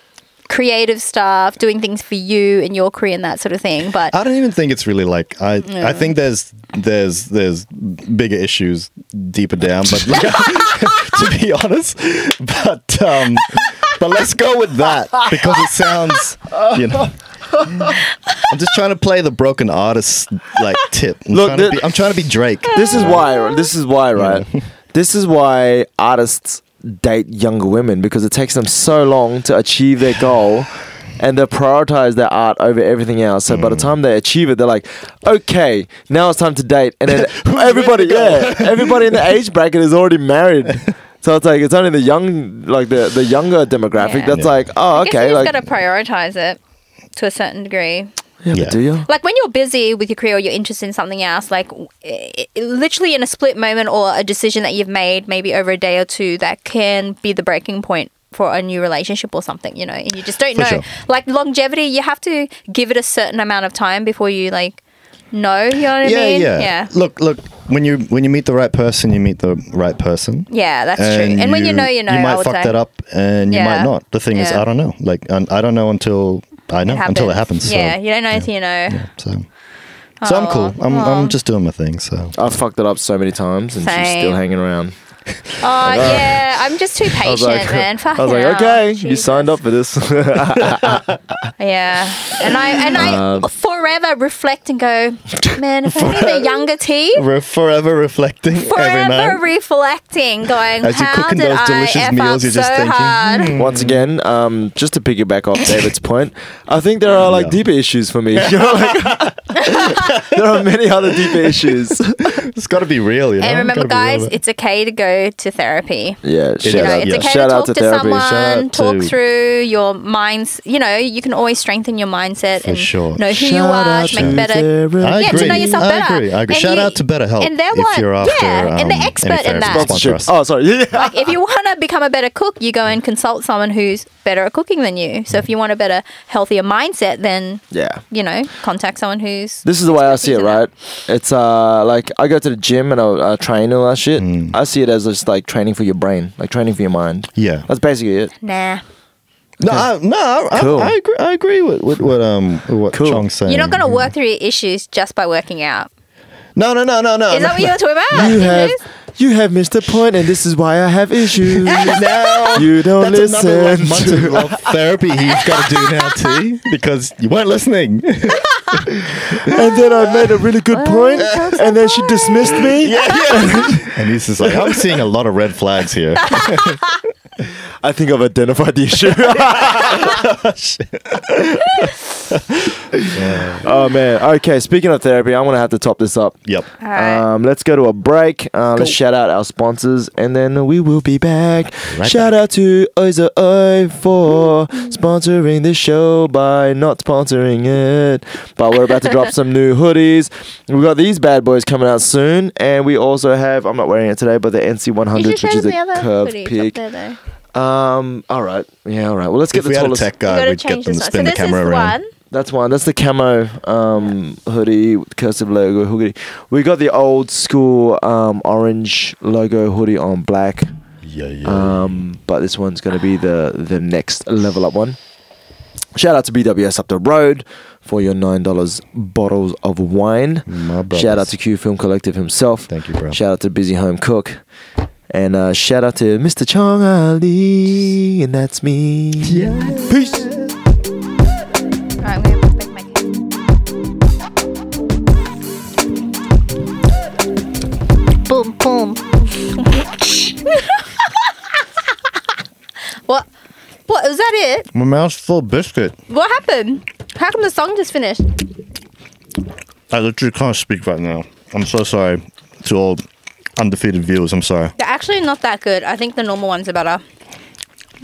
creative stuff, doing things for you and your career and that sort of thing. But
Uh,
I don't even think it's really like I. I think there's there's there's bigger issues deeper down, but like, to be honest, but um, but let's go with that because it sounds you know. I'm just trying to play the broken artist like tip. I'm
Look,
trying to
the-
be, I'm trying to be Drake.
this is why. This is why, right? this is why artists date younger women because it takes them so long to achieve their goal. And they prioritize their art over everything else. So by
Mm.
the time they achieve it, they're like, okay, now it's time to date. And then everybody, yeah, everybody in the age bracket is already married. So it's like it's only the young, like the the younger demographic
Yeah.
that's
Yeah.
like, oh,
I guess
okay,
you just
like,
gotta prioritize it to a certain degree.
yeah,
Yeah.
But do you?
Like when you're busy with your career or you're interested in something else, like w- i- i- literally in a split moment or a decision that you've made, maybe over a day or two, that can be the breaking point for a new relationship or something, you know, and you just don't
For sure.
know. Like longevity, you have to give it a certain amount of time before you like know, you know what I mean?
yeah,
Yeah.
Look, look. When you when you meet the right person, you meet the right person.
Yeah, that's true. And when you know, you know,
You
I
might
would
fuck
say.
that up, and you
Yeah.
might not. The thing is,
Yeah.
I don't know. Like, I, I don't know until I know until it happens. So,
Yeah, you don't know until you know.
So, so I'm cool. I'm, I'm just doing my thing. So
I fucked it up so many times, and she's still
Same.
hanging around.
Oh
Uh,
yeah, I'm just too patient,
like-
man. Fucking
I was like,
hell.
okay, you
Jesus.
signed up for this.
Yeah, and I and I
Uh,
forever reflect and go, man. If only the younger T
we're forever reflecting every
forever
night.
reflecting, going,
As you're
how
cooking
did
those
I
delicious
f
meals,
up
you're just
so
thinking, Mm.
hard?
Once again, um, just to piggyback off David's point, I think there are like
Yeah.
deeper issues for me. You know, like- there are many other deeper issues.
it's got to be real, you know.
And remember,
Gotta be real
guys,
with it.
it's okay to go to therapy.
Yeah,
is,
shout
You know,
out,
it's
yeah.
okay
shout
to
out
talk
to
to,
therapy.
Shout
someone,
out
talk
to-
through your minds. You know, you can always strengthen your mindset and
sure.
know who
Shout
you are
out
to make better
therapy.
I
yeah,
agree.
to know yourself
I
better.
agree. I agree.
And
Shout
you-
out to BetterHelp
and they're
if
like-
you're after,
yeah, and they're
um, any
expert in
therapy
that.
sponsor
Sponsorship.
us.
Oh, sorry. Yeah.
if you want to become a better cook, you go and consult someone who's better at cooking than you. So if you want a better, healthier mindset, then
yeah.
you know, contact someone who's.
This is the way I see it,
Isn't it?
right? It's uh like I go to the gym and I, I train and all that shit. I see it as just like training for your brain, like training for your mind.
Yeah.
That's basically it.
nah,
No, I, no, I,
Cool.
I, I agree. I agree with, with what um with what
Cool.
Chong's saying.
you're not gonna work through your issues just by working out.
No, no, no, no, no.
Is that what you were talking about?
You have
Issues?
you have missed the point, and this is why I have issues.
now
You don't
that's another
listen
like, month
to-
of love therapy he's got to do now, T, because you weren't listening.
and then I made a really good point, and then she dismissed me.
and he's just like, I'm seeing a lot of red flags here.
I think I've identified the issue. oh man. Okay. Speaking of therapy, I'm gonna have to top this up.
yep.
All right.
uh,
Um, let's go to a break. Uh, let's shout out our sponsors, and then we will be back.
Right
shout out to Oiza Oi for sponsoring this show by not sponsoring it. But we're about to drop some new hoodies. We got these bad boys coming out soon, and we also have I'm not wearing it today, but the NC100,
you should
which
show
is
them the
a
other
curved
hoodies up
pick.
there, though.
Um. All right. Yeah. All right. Well, let's get
If we
the
had a
tallest.
tech
You
guy,
gotta
we'd get
change
them to
this one.
spin
so
the
this is
camera
the
around.
one.
That's one. That's the camo um, hoodie with cursive logo hoodie. We got the old school um, orange logo hoodie on black,
Yeah, yeah.
um, but this one's going to be the the next level up one. Shout out to BWS up the road for your nine dollars bottles of wine.
My
Shout out
brothers.
to Q Film Collective himself.
Thank you, bro.
Shout out to Busy Home Cook. And uh, shout out to Mr. Chong Ali, and that's me. Yeah. Peace.
All right, I'm gonna make my cake. Boom, boom. what? What? Was that it?
My mouth's full of biscuit.
What happened? How come the song just finished?
I literally can't speak right now. I'm so sorry to all undefeated viewers. I'm sorry.
They're actually not that good. I think the normal ones are better.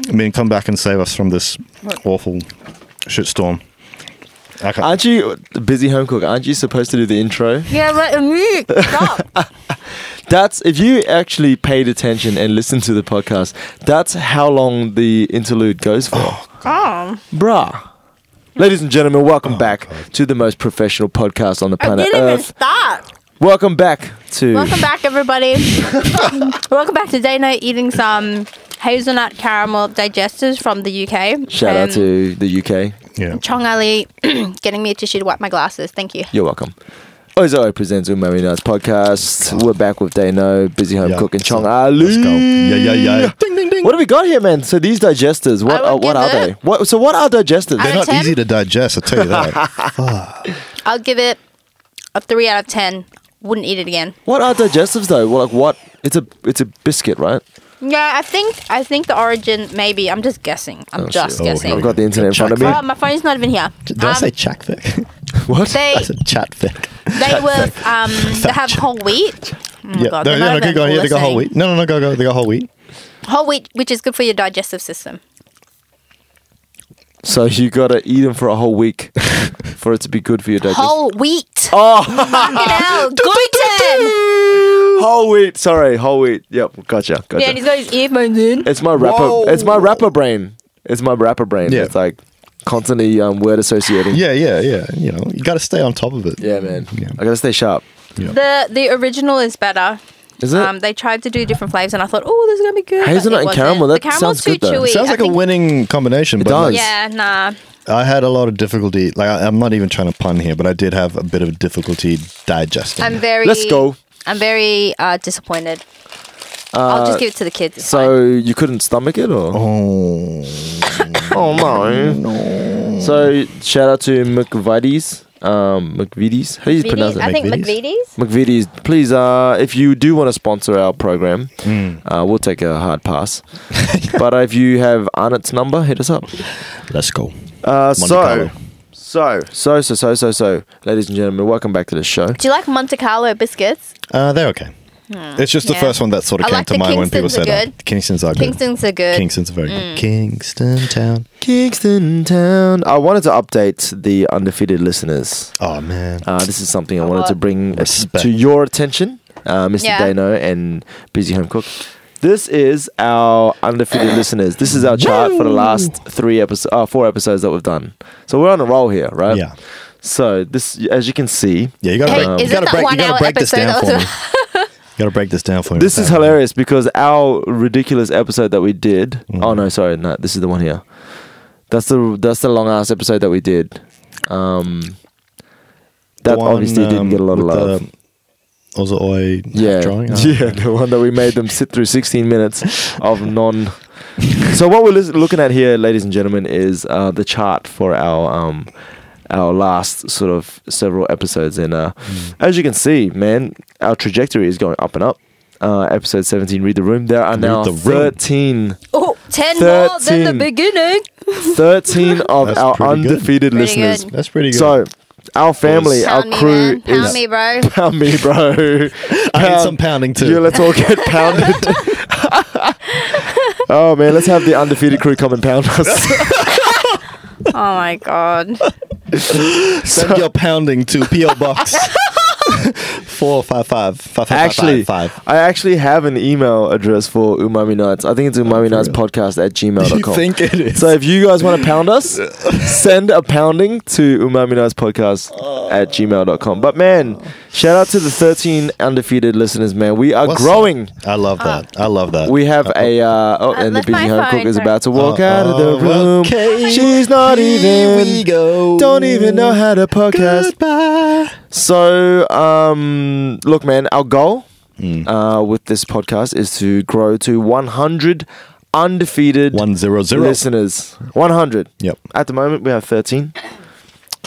I mean, come back and save us from this awful shitstorm. I can't.
Aren't you busy home cook? Aren't you supposed to do the intro?
Yeah, but me, stop.
That's if you actually paid attention and listened to the podcast. That's how long the interlude goes for,
Oh,
Calm.
bruh. Ladies and gentlemen, welcome back to the most professional podcast on the
I
planet
didn't
uh,
even
Earth.
start.
Welcome back to
Welcome back, everybody. Welcome back to Day Night eating some hazelnut caramel digestives from the UK.
shout out
Um,
to the UK.
Yeah.
Chong Ali getting me a tissue to wipe my glasses. Thank you.
You're welcome. Ozo presents Umami Nights podcast. We're back with Dano, busy home
Yeah.
cook, and Chong
So,
Ali.
Let's go. Yeah, yeah, yeah. Ding, ding, ding.
What have we got here, man? So these digesters, what
I
are,
would
what
give
are
it-
they? What so what are digestives?
I-
They're not
Ten? Oh,
easy to digest, I tell you that.
I'll give it a three out of ten. Wouldn't eat it again.
what are digestives though? Well, like what? It's a it's a biscuit, right?
Yeah, I think I think the origin maybe. I'm just guessing. I'm just
shit. Oh,
guessing.
here
I've
we
got the internet in front of me.
Oh, my phone's not even here.
Did I
Um,
say chack thick?
What?
they
I said chat thick.
they were um they have whole wheat. Oh my God,
no,
they're
no,
not
no,
even
keep going. Yeah, they got whole
listening.
wheat. No, no, no, go, go. They got whole wheat.
Whole wheat, which is good for your digestive system.
so you gotta eat them for a whole week for it to be good for your digestion.
Whole wheat.
oh,
Fucking hell, gluten.
whole wheat. Sorry, whole wheat. Yep, gotcha, gotcha.
Yeah, and he's got his earphones in.
it's my rapper. It's my rapper brain. It's my rapper brain.
Yeah.
It's like constantly um, word associating.
Yeah, yeah, yeah. You know, you got to stay on top of it.
Yeah, man.
Yeah.
I gotta stay sharp.
The the original is better.
Is it?
Um, they tried to do different flavors, and I thought, oh, this is gonna be good. but
Hazelnut
it
and
wasn't.
caramel,
The
that
caramel's
sounds
too
good, though.
chewy.
It
Sounds
I
like
think-
a winning combination, but like,
does.
Yeah, nah.
I had a lot of difficulty. Like, I, I'm not even trying to pun here, but I did have a bit of difficulty digesting.
I'm very.
Let's go.
I'm very uh, disappointed. I'll just give it to the kids. So
Uh, So you couldn't stomach it, or?
oh,
Oh no. So shout out to McVitie's. Um McVitie's. How do you pronounce it?
I think
McVitie's?
McVitie's,
McVitie's.
please, uh, if you do want to sponsor our program,
Hmm.
uh, we'll take a hard pass. but if you have Arnott's number, hit us up.
let's go.
Uh,
Monte
so,
Carlo.
so, so, so, so, so, so, ladies and gentlemen, welcome back to the show.
Do you like Monte Carlo biscuits?
Uh, they're okay. It's just
Hmm. Yeah.
the first one that sort of
I
came
like
to
the
mind when people
Kingstons
said
are
uh,
good.
Kingston's are good.
Kingston's are good. Hmm.
Kingston's are very good. Kingston Town.
Kingston Town. I wanted to update the undefeated listeners.
Oh man.
Uh, this is something I wanted to
what?
bring uh,
Respect.
to your attention, uh, Mr.
Yeah.
Dano and Busy Home Cook. This is our undefeated listeners. This is our chart for the last three episodes, uh, four episodes that we've done. So we're on a roll here, right?
Yeah.
So this, as you can see,
Yeah, you gotta
Hey,
break.
is
you
it
gotta
that
break. You
one-hour
gotta break this
episode
down
that
for me.
was-
you gotta break this down for me.
this is hilarious because our ridiculous episode that we did.
Mm.
Oh no, sorry, no, this is the one here. That's the that's the long ass episode that we did. Um,
The
that
one,
obviously didn't
um,
get a lot of
with
love.
the Oz Oi
yeah,
drawing. Uh,
yeah, the one that we made them sit through 16 minutes of non. so what we're lis- looking at here, ladies and gentlemen, is uh, the chart for our um, our last sort of several episodes, and uh,
Mm.
as you can see, man, our trajectory is going up and up. Uh, episode 17, read the room. There are now
the Room.
13,
Oh, 10 more than the
13.
beginning.
13 of
That's
our
pretty good.
undefeated
Pretty
listeners.
good.
That's pretty good.
So our family, our
Pound me,
crew
man. Pound
is
me, bro.
pound me, bro.
I need
Pound-
some pounding too.
Yeah, um, let's all get pounded. oh man, let's have the undefeated crew come and pound us.
Oh my god.
Send your pounding to PO Box four five five five five
actually,
five. five.
I actually have an email address for Umami Nights. I think it's umami nights podcast at
Oh, You
gmail.com.
think it is?
so if you guys want to pound us, send a pounding to umami nights podcast at gmail.com. But man, shout out to the 13 undefeated listeners, man. We are
What's
growing.
I love that. I love that.
We have a uh, oh, and the
left
busy
my
home cook
phone,
is
sorry.
about to walk out of the
Oh,
room.
okay.
She's not
Here
even.
we go.
Don't even know how to podcast.
Goodbye.
So, um, look, man, our goal
Mm.
uh, with this podcast is to grow to 100 undefeated
One zero zero.
listeners. 100.
Yep.
At the moment, we have 13.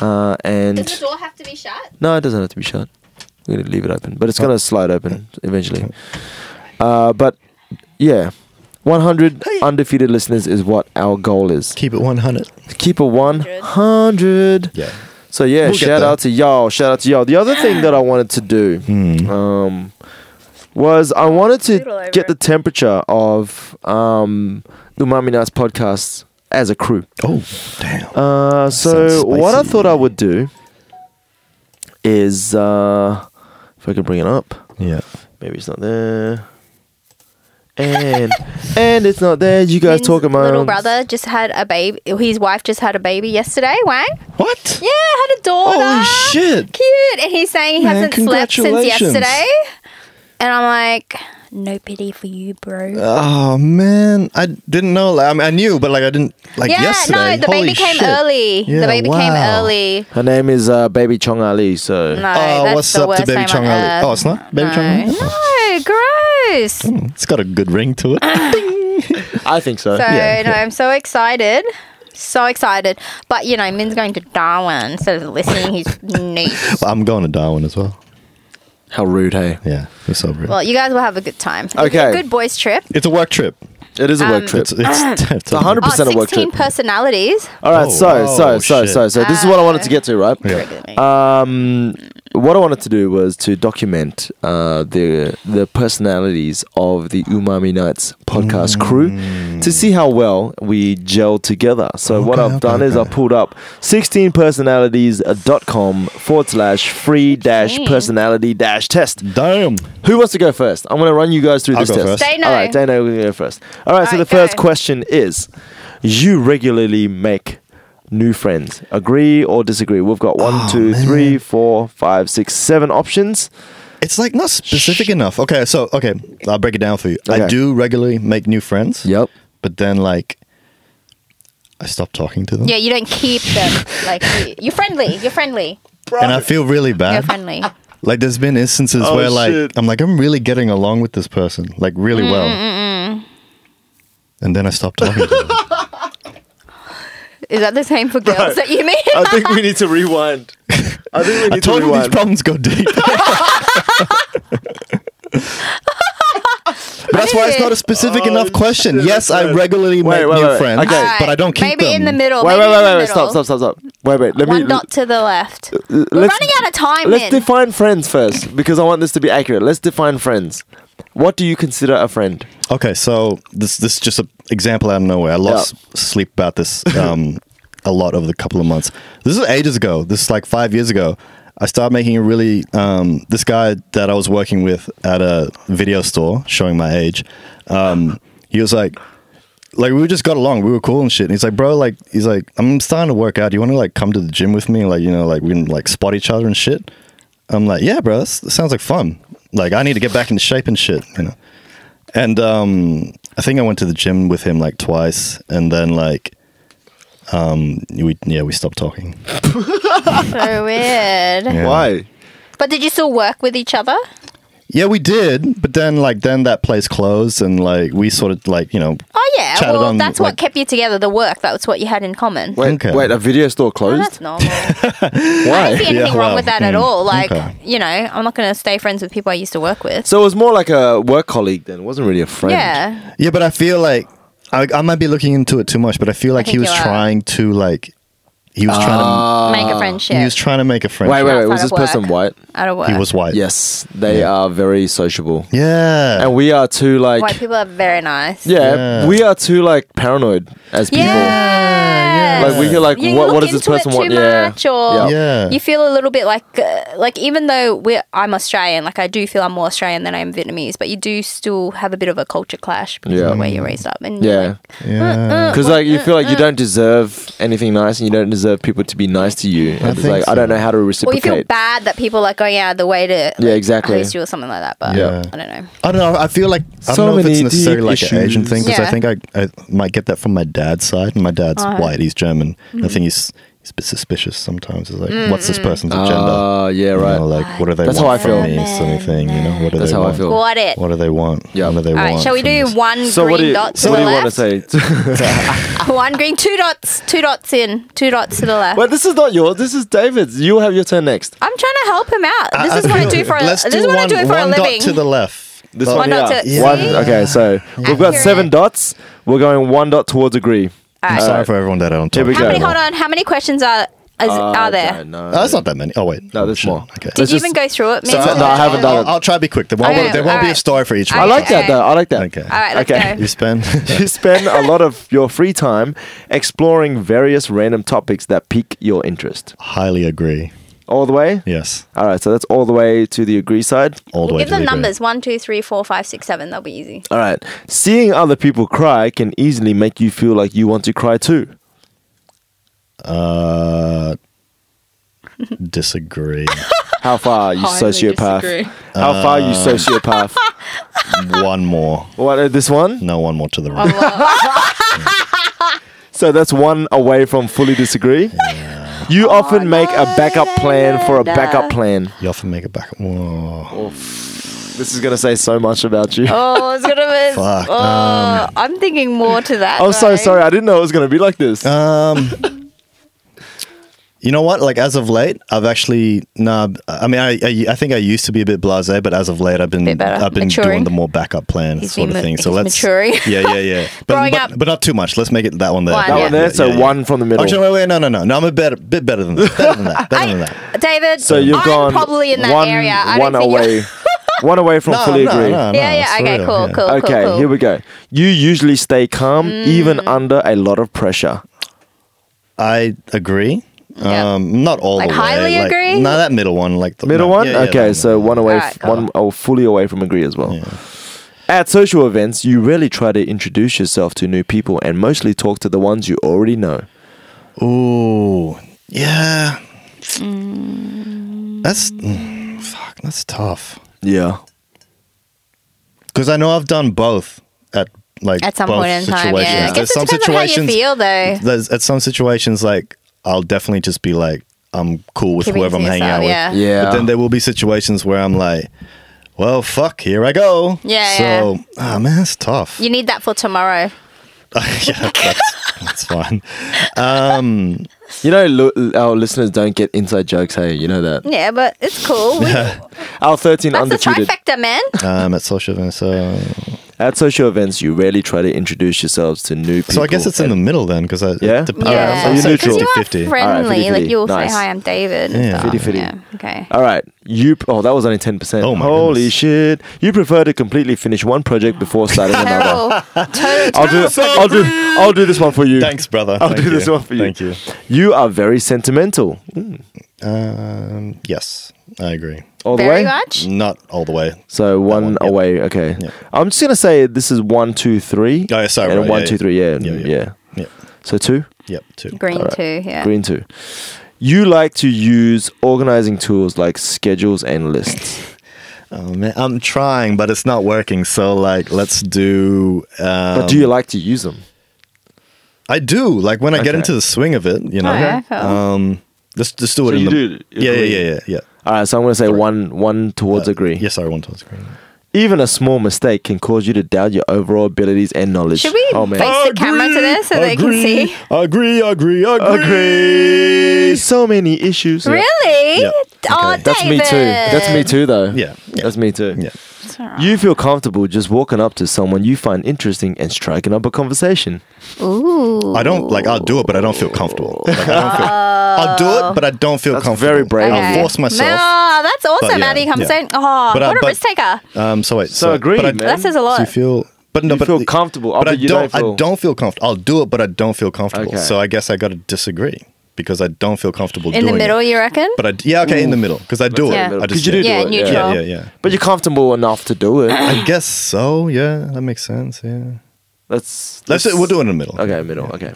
Uh, and
Does the door have to be shut?
no, it doesn't have to be shut. We're gonna leave it open, but it's gonna slide open eventually. Uh, but yeah, 100 undefeated listeners is what our goal is.
Keep it one hundred.
Keep a 100.
Yeah.
So yeah,
We'll get
shout
there.
out to y'all. Shout out to y'all. The other thing that I wanted to do
Hmm.
um, was I wanted
Doodle
to
over.
get the temperature of um, Umami Nights podcast as a crew.
Oh, damn.
Uh, so
Sounds
what I
spicy.
thought I would do is uh, if I can bring it up.
yeah.
Maybe it's not there. And and it's not there. You guys
Min's
talking about
little brother just had a baby. His wife just had a baby yesterday. Wang.
What?
Yeah, had a daughter.
Holy shit.
Cute. And he's saying he
Man,
hasn't slept since
congratulations.
yesterday. And I'm like, no pity for you, bro.
Oh man, I didn't know. like, I, mean, I knew, but like I didn't like
yeah,
yesterday.
no, the
Holy
baby came
shit.
early.
Yeah,
the baby came
wow.
early.
Her name is uh, Baby Chong Ali. So
Oh,
No, that's
what's
the
up
worst
to Baby
name
Chong
on
Ali?
earth.
Oh, it's not Baby Chong Ali?
No, no, gross. So
It's got a good ring to it.
I think so.
Yeah,
no,
yeah.
I'm so excited. So excited. But you know, Min's going to Darwin, so listening his niece.
I'm going to Darwin as well.
How rude, hey?
Yeah, it's so rude.
Well, you guys will have a good time. It'll be
Okay.
a good boys trip.
it's a work trip.
It is a work
Um,
trip.
It's it's, it's
Mm. a hundred
Oh,
Percent of work
16
trip.
personalities.
All right,
Oh,
so, so,
oh,
so,
shit.
so, so, this is what I wanted to
Uh,
get to, right?
Yeah.
Regularly.
Um, what I wanted to do was to document uh, the the personalities of the Umami Nights podcast crew to see how well we gel together. So what
Mm. Okay,
I've
okay,
done is I
okay.
pulled up 16personalities.com forward slash free dash personality dash test.
Damn.
Who wants to go first? I'm going to run you guys through
I'll
this
go
test.
first.
Dano.
All right, Dano, we go first. All right, so the
Alright,
first
go.
question is you regularly make new friends. Agree or disagree? We've got one,
Oh,
two,
man.
three, four, five, six, seven options.
It's like not specific enough. Okay, so okay, I'll break it down for you.
Okay.
I do regularly make new friends.
Yep.
But then like I stop talking to them.
Yeah, you don't keep them. Like you- you're friendly. You're friendly.
And I feel really
Uh-huh.
You're
bad.
friendly.
Like there's been instances
Oh,
where like
shit.
I'm like I'm really getting along with this person like really well. And then I stop talking to them.
Is that the same for girls that you mean?
I think we need to rewind. I think we need
I told you these problems go deep. but that's why it's not a
Oh,
specific enough question. yes, I regularly
Wait,
make
wait,
new
wait.
friends,
Okay.
Alright,
but I don't keep
Maybe
them.
in the middle.
Wait,
maybe
wait,
in
wait, wait,
the
wait.
middle.
Stop, stop, stop, stop. Wait, wait. Let
One
me.
dot to the left. We're
let's-
running out of time.
Let's
Min.
define friends first because I want this to be accurate. Let's define friends. What do you consider a friend?
Okay, so this this is just an example out of nowhere. I lost sleep about this um, a lot over the couple of months. This is ages ago. This is like five years ago. I started making a really um, this guy that I was working with at a video store, showing my age. Um, he was like, like we just got along. We were cool and shit. And he's like, bro, like he's like, I'm starting to work out. Do you want to like come to the gym with me? Like you know, like we can like spot each other and shit. I'm like, yeah, bro, that's, that sounds like fun. Like I need to get back into shape and shit, you know. And um, I think I went to the gym with him like twice, and then like, um, we yeah we stopped talking.
So weird.
Yeah.
Why?
But did you still work with each other?
Yeah, we did, but then like then that place closed, and like we sort of like you know
Oh yeah.
Chatted
well,
on,
that's
like-
what kept you together. The work. That's what you had in common.
Wait,
Okay.
wait. A video store
Well,
closed. hmm,
that's normal. I don't see
Why?
anything
Yeah,
wrong
well,
with that at
mm,
all. Like,
okay.
you know, I'm not going to stay friends with people I used to work with.
So it was more like a work colleague then. It wasn't really a friend.
yeah.
yeah, but I feel like I, I might be looking into it too much, but I feel like he
think
was
you are. Ah.
trying to like he was trying
Make
Ah,
a
to
friendship.
he was trying to make a friend.
Wait, wait, wait.
Outside
Was this
of work.
person white?
out of work.
He was white.
Yes, they are very sociable,
Yeah.
and we are too like.
White people are very nice.
yeah,
Yeah.
we are too like paranoid as people.
Yeah.
Like we feel like
You
what
look
what does this
into it
person want?
Too
Yeah.
much or
Yeah.
Yeah.
you feel a little bit like uh, like even though we are I'm Australian, like I do feel I'm more Australian than I am Vietnamese, but you do still have a bit of a culture clash because
Yeah.
of the way you're raised up. And you're
Yeah.
like, "Oh,
yeah.
Because like you feel like you don't deserve anything nice, and you don't deserve people to be nice to you. And it's
think
like I
so.
don't know how to
or
reciprocate.
you feel bad that people are like going out of the way to like,
Yeah, exactly.
host you or something like that. But
Yeah.
I don't know.
I don't know. I feel like I
So
don't know if it's
many
necessarily
deep
like an Asian
issues.
thing because
Yeah.
I think I, I might get that from my dad's side. And my dad's
Oh.
white. He's German. I think he's he's a bit suspicious sometimes. It's like, what's
Mm.
this person's agenda?
Ah, yeah,
You know,
right.
like, what do they
That's how
want
I
from
feel.
me? Sort of thing. You know, what do
That's
they
how I
want?
feel.
Got it.
What do they want?
Yeah.
What do they
All right,
want?
shall we
from
do
this?
one
So
green
what do you
dot to
what
the
do you want to
left?
say?
one green, two dots, two dots in, two dots to the left.
Wait, this is not yours. This is David's. You have your turn next.
I'm trying to help him out. This
I- I
is what I
feel-
do for a,
Let's
this is
do
what
one,
I do for a
one
living.
dot to the left.
This
Oh,
one,
dot
here.
to- Yeah.
One,
See?
okay, so we've got
Accurate.
seven dots. We're going one dot towards agree.
All
I'm
right.
sorry for everyone that I don't
Here
talk
we
How
go. Uh,
many? Hold on. How many questions are is, are
I
there?
don't know.
Oh, that's not that many. Oh wait,
No, there's
Shit.
more.
Okay.
Did
It's
you
just-
even go through it?
So,
Mandy?
no, I haven't done
I'll, I'll try to be quick. There won't,
Okay,
be, there won't be a
alright.
story for each
I
I
one.
like that though. I like that.
Okay.
All right, let's
Okay.
go.
You spend.
You spend a lot of your free time exploring various random topics that pique your interest.
Highly agree.
All the way?
Yes,
All right, so that's all the way to the agree side.
all the
We'll
way. to
give them
the agree.
numbers one, two, three, four, five, six, seven. That'll be easy.
All right. Seeing other people cry can easily make you feel like you want to cry too.
Uh, disagree.
How far, you
Highly
sociopath?
disagree.
How far, you
Uh.
sociopath?
one more.
what, uh, this one?
No, one more to the
Oh,
right.
well,
So that's one away from fully disagree. You
Oh,
often make a backup plan for a backup plan.
You often make it back. Whoa.
This is going to say so much about you.
Oh, it's gonna miss.
Fuck,
Oh, I'm thinking more to that.
um, I'm so
right?
sorry. I didn't know it was going to be like this.
Um, you know what? Like as of late, I've actually nah. I mean, I, I I think I used to be a bit blasé, but as of late, I've been
Bit better.
I've been
Maturing.
doing the more backup plan
He's
sort
been
of
ma-
thing. So
he's
let's
maturing.
Yeah, yeah, yeah. But
Growing
but,
up.
but not too much. Let's make it that one there.
One,
that
yeah.
one there, so
yeah, Oh, yeah.
one from the middle.
Actually, wait, wait, no, no, no, no. I'm a better, bit better than that. Better than that. Better than that.
David,
So you've
I'm
gone
probably in that
one,
area. I
one
don't think you're-
away, one away from
No,
fully
no,
agree.
Oh, no, no,
Yeah, yeah.
it's
Okay,
real,
cool,
yeah.
cool, cool.
Okay,
cool. Mm.
here we go. You usually stay calm even under a lot of pressure.
I agree.
Yeah.
Um, not all
Like,
the way.
highly
like,
agree?
No, that middle one, like the
Middle
no,
one?
yeah, yeah,
okay,
that
so one away,
Alright,
f-
cool.
one oh, fully away from agree as well.
Yeah.
At social events, you rarely try to introduce yourself to new people and mostly talk to the ones you already know.
Ooh, yeah. That's mm, fuck. That's tough.
Yeah.
Because I know I've done both at like
At some
both
point in time,
situations.
yeah. I guess
There's
it
some
depends on how you
situations.
feel, though.
There's at some situations like I'll definitely just be like I'm cool with
Keeping it
whoever I'm
to
hanging
yourself,
out with.
yeah.
Yeah.
But then there will be situations where I'm like, well, fuck, here I go.
Yeah,
So, ah, man, that's tough.
You need that for tomorrow.
yeah, that's, that's fine.
You know, lo- our listeners don't get inside jokes, hey? You know that.
Yeah, but it's cool. We, that's
Our 13
the
undefeated.
trifecta, man.
Um, at social events, so
At social events, you rarely try to introduce yourselves to new people.
so I guess it's in the middle then, because I
Yeah?
dep- oh,
Yeah.
alright,
so
I'll
you're
say
neutral.
'Cause you are
50-50.
friendly.
Alright, 50-50.
Like you'll
Nice.
say, "Hi, I'm David." and
Yeah.
stuff.
50-50.
Yeah. Okay.
All right, you. Oh, that was only ten percent.
Oh my
Holy
goodness.
shit! You prefer to completely finish one project before starting another.
Terrible. Totally
I'll do. I'll do. I'll do this one for you.
Thanks, brother.
I'll
Thank
do this
you.
one for you.
Thank you.
You are very sentimental. Mm,
Um, yes, I agree.
All the way. Mm.
very much.
Not all the way.
So one
one, yeah.
away. Okay.
Yeah.
I'm just gonna say this is one, two, three.
Oh, yeah, sorry,
And
right,
one,
yeah,
two, three, yeah,
yeah.
mm,
Yeah,
yeah.
yeah. Yep,
So two,
yep, two.
Green too. Yeah.
green two. You like to use organizing tools like schedules and lists,
Oh man, I'm trying, but it's not working. So like, let's do. Um,
but do you like to use them?
I do. Like when I get
Okay.
into the swing of it, you know.
Oh, yeah, cool.
Um, let's just do it
So
in
you
the.
do
yeah, yeah,
agree.
yeah, yeah, yeah.
All right. So I'm gonna say one, one towards agree.
Uh, Yes, I want to screen.
Even a small mistake can cause you to doubt your overall abilities and knowledge.
Should we
Oh man.
face the camera to this so they can see?
Agree, agree, agree.
Oh, So many issues.
Really?
Yeah.
Oh,
Okay.
David.
That's me too. That's me too, though.
Yeah. Yeah.
That's me too.
Yeah.
It's all right.
You feel comfortable just walking up to someone you find interesting and striking up a conversation.
Ooh.
I don't like. I'll do it, but I don't feel comfortable. Like, I don't feel, I'll do it, but I don't feel
That's
comfortable.
very brave.
I'll
Okay.
force myself.
No, that's awesome,
yeah,
Abby. I'm
yeah.
saying, oh,
But, uh,
what a
but-
risk taker.
Um. So wait.
So agree,
but I,
man.
That says a
So you
lot.
feel. But no,
You
but
feel comfortable,
But I
but you
don't.
don't feel-
I don't feel comfortable. I'll do it, but I don't feel comfortable.
Okay.
So I guess I got to disagree because I don't feel comfortable
In the
doing
middle,
It.
you reckon?
But I yeah okay in the middle because I do it.
Yeah.
I just
Because you do
Yeah,
do it.
neutral.
yeah yeah yeah.
But you're comfortable enough to do it.
I guess so. Yeah, that makes sense. Yeah.
Let's.
Let's we'll do it in the middle.
Okay, middle. Okay.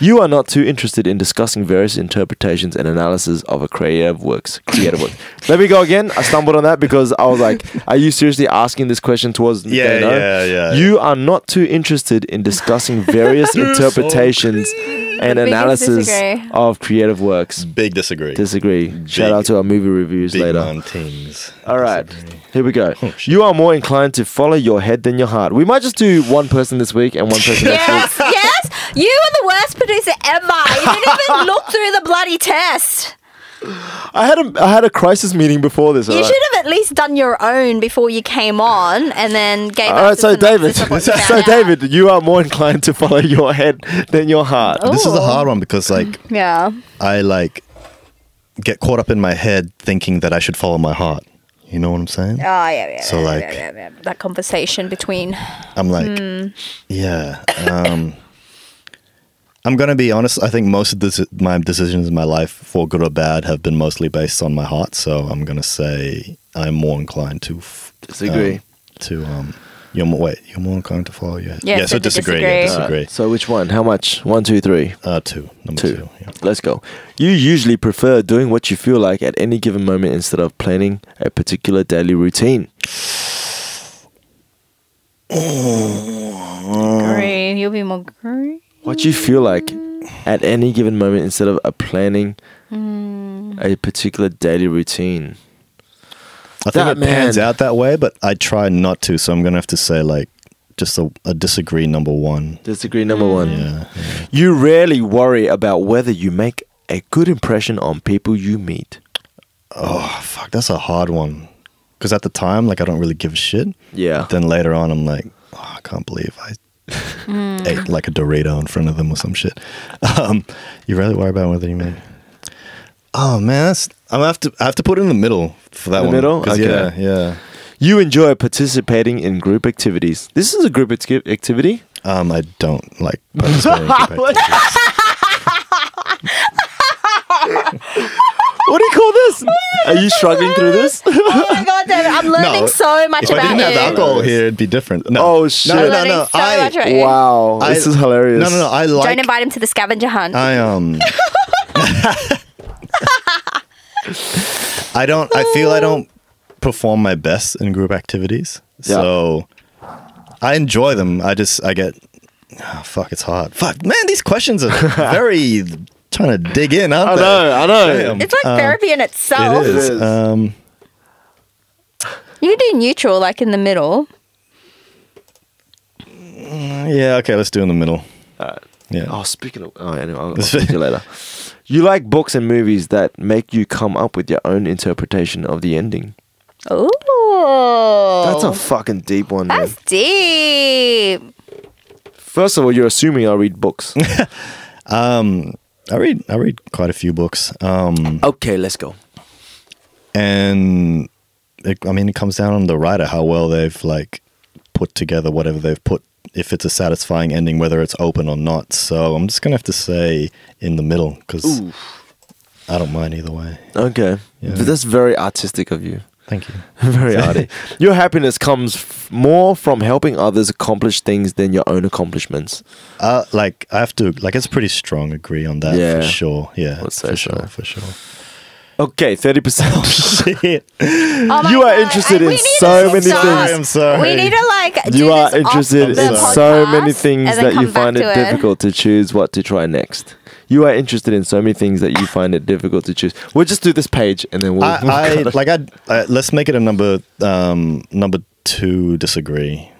You are not too interested in discussing various interpretations and analysis of a creative works. Creative work. Let me go again. I stumbled on that because I was like, "Are you seriously asking this question towards?"
Yeah,
Dano?
yeah, yeah.
You are not too interested in discussing various interpretations and
The biggest
analysis
disagree.
of creative works.
Big disagree.
Disagree. Shout out to our movie reviews
Big
later.
man things.
All right, here we go.
Oh, shit.
you are more inclined to follow your head than your heart. We might just do one person this week and one person next week.
Yes, yes. You are the worst producer ever. You didn't even look through the bloody test.
I had a I had a crisis meeting before this.
You
alright?
should have at least done your own before you came on, and then gave.
All right,
us
so
some-
David,
some-
so
some- yeah.
David, you are more inclined to follow your head than your heart.
Oh.
This is
Ooh.
a hard one because like
Yeah. Oh,
I like get caught up in my head thinking that I should follow my heart. You know what I'm saying?
Oh yeah, yeah.
So,
yeah,
like-
yeah, yeah, yeah. that conversation between
I'm like, yeah. Um, I'm gonna be honest. I think most of this, my decisions in my life, for good or bad, have been mostly based on my heart. So I'm gonna say I'm more inclined to f-
Disagree.
um, to um, you're more wait, you're more inclined to follow your
Yeah,
yeah.
so
So
to
disagree, yeah,
All right,
disagree.
So which one? How much? One, two, three.
Uh, two, number
Two.
two. yeah.
Let's go. You usually prefer doing what you feel like at any given moment instead of planning a particular daily routine.
Oh.
green. You'll be more green.
What you feel like at any given moment instead of a planning a particular daily routine.
I think
That
it pans
man.
out that way, but I try not to. So I'm gonna have to say like just a, a disagree number one.
Disagree number one.
Yeah,
You rarely worry about whether you make a good impression on people you meet.
Oh fuck, that's a hard one. Because at the time, like I don't really give a shit.
Yeah.
Then later on, I'm like, oh, I can't believe I ate like a Dorito in front of them or some shit. Um, you really worry about whether you make. Oh man, that's, I'm gonna have to I have to put it in the middle for that
The
one.
middle?
'Cause,
Okay.
Yeah, yeah.
You enjoy participating in group activities. This is a group acti- activity.
Um, I don't like. participating in group activities.
What do you call this? Are you struggling through this?
Oh my god, David! I'm learning so much
if I
about
didn't have
you.
the alcohol here, it'd be different. No.
Oh,
No,
shit.
no,
I'm
no.
learning
no.
so much
I,
about you.
Wow,
I-
this is hilarious.
no, no, no. I
Don't
like.
invite him to the scavenger hunt.
I um. I don't. I feel I don't perform my best in group activities.
Yeah.
So I enjoy them. I just I get. Oh, fuck, it's hard. Fuck, man, these questions are very trying to dig in, aren't
I
they?
know, I know.
Damn.
it's like therapy in itself.
It is.
Um, It is.
Um,
You can do neutral, like in the middle.
yeah. Okay. Let's do in the middle. Yeah.
Oh, speaking of, oh, anyway, I'll, I'll speak to you later. You like books and movies that make you come up with your own interpretation of the ending.
Oh,
That's a fucking deep one. Man.
that's deep.
First of all, you're assuming I read books.
I read. I read quite a few books. Um.
okay, let's go.
and it, I mean, it comes down on the writer how well they've like put together whatever they've put. If it's a satisfying ending, whether it's open or not, so I'm just gonna have to say in the middle because I don't mind either way.
Okay, but that's very artistic of you.
Thank you.
Very arty. Your happiness comes f- more from helping others accomplish things than your own accomplishments.
Uh, like I have to like it's pretty strong. Agree on that
Yeah.
for sure. Yeah,
Let's say
for
so.
sure, for sure.
Okay, thirty percent.
Shit.
Oh my
You are
God,
interested
I-
in
we need to
so many
stop.
things.
I am sorry.
We need to like. do
you are
this off
interested
the
in
podcast
so many
and
things
then
that you
come back
find
to
it difficult to choose what to try next. You are interested in so many things that you find it difficult to choose. We'll just do this page and then we'll.
I, I like I uh, let's make it a number um number two disagree.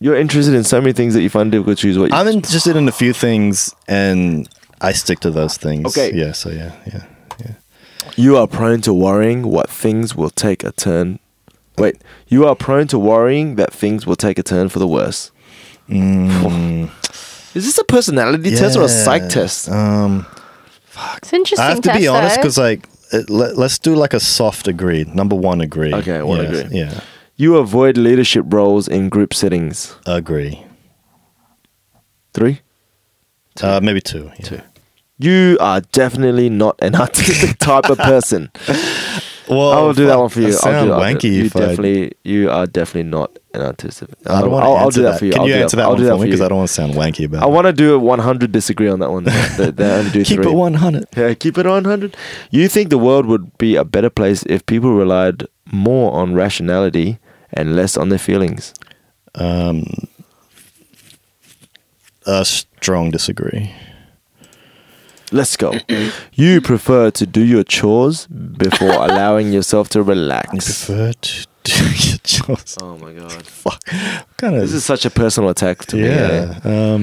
You're interested in so many things that you find it difficult to choose what. You,
I'm interested in a few things and I stick to those things.
Okay.
Yeah, so yeah, yeah.
you are prone to worrying what things will take a turn. Wait, you are prone to worrying that things will take a turn for the worse. Is this a personality test or a psych
Mm. Yeah.
test?
Um
It's interesting.
I have to be
test,
honest
though.
cuz like it, let, let's do like a soft agree. Number 1 agree.
Okay, one
yeah,
agree.
Yeah.
You avoid leadership roles in group settings.
Agree.
Three.
Uh, maybe two. Yeah. Two.
You are definitely not an artistic type of person.
Well,
I will do that
Oh,
one
fuck,
for
I
you.
sound
I'll do that.
wanky
You
if I-
definitely, you are definitely not an artistic.
I don't want to
I'll,
answer
I'll do that, for you.
Can
I'll
you
do
answer that,
I'll
one
do
for me?
you.
Because I don't want to sound wanky about
I
it.
want to do a 100 disagree on that one. they, they only do
Keep
three.
it 100.
Yeah, keep it 100. You think the world would be a better place if people relied more on rationality and less on their feelings?
Um, Uh, strong disagree.
Let's go. you prefer to do your chores before allowing yourself to relax.
Prefer to do your chores.
Oh my god.
Fuck. What kind of
This is such a personal attack to me. eh?
Yeah. Um,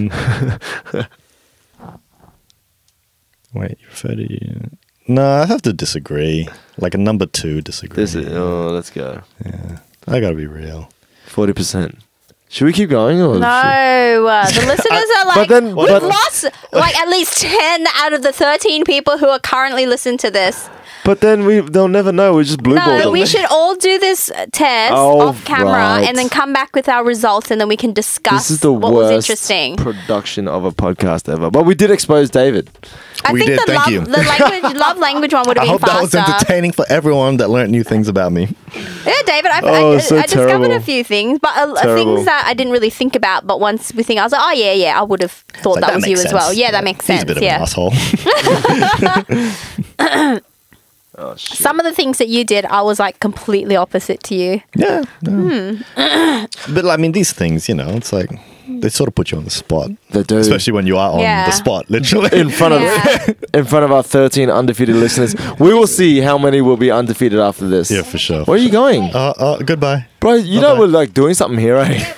wait, you refer to you? No, I have to disagree. Like a number two disagree.
This is oh, let's go.
I gotta be real.
Forty percent. Should we keep going or
No, uh, the listeners are like,
then-
we've
but-
lost like at least 10 out of the 13 people who are currently listening to this.
But then we they'll never know. We just blue ball.
No, we should all do this test
Oh,
off camera
right.
and then come back with our results and then we can discuss
This is the
what
worst
was interesting.
production of a podcast ever. But we did expose David.
I
We
think
did,
the
thank
love
you.
the language love language one would have
I
been
hope that was
faster.
entertaining for everyone that learned new things about me.
Yeah, David, I,
Oh,
I,
so
I discovered
terrible.
a few things, but uh,
Terrible.
things that I didn't really think about. But once we think, I was like, oh yeah, yeah, I would have
Like,
thought that, was you
makes
as well.
sense.
Yeah, that makes
He's
sense.
a bit of
yeah,
an asshole.
Oh shit.
some of the things that you did, I was like completely opposite to you.
yeah. no. but I mean, these things, you know, it's like they sort of put you on the spot,
They do.
especially when you are on
Yeah.
the spot, literally.
in front of
Yeah.
in front of our 13 undefeated listeners. We will see how many will be undefeated after this.
yeah, for sure.
Where are you going?
Uh, uh, goodbye.
Bro, you know we're like doing something here, eh?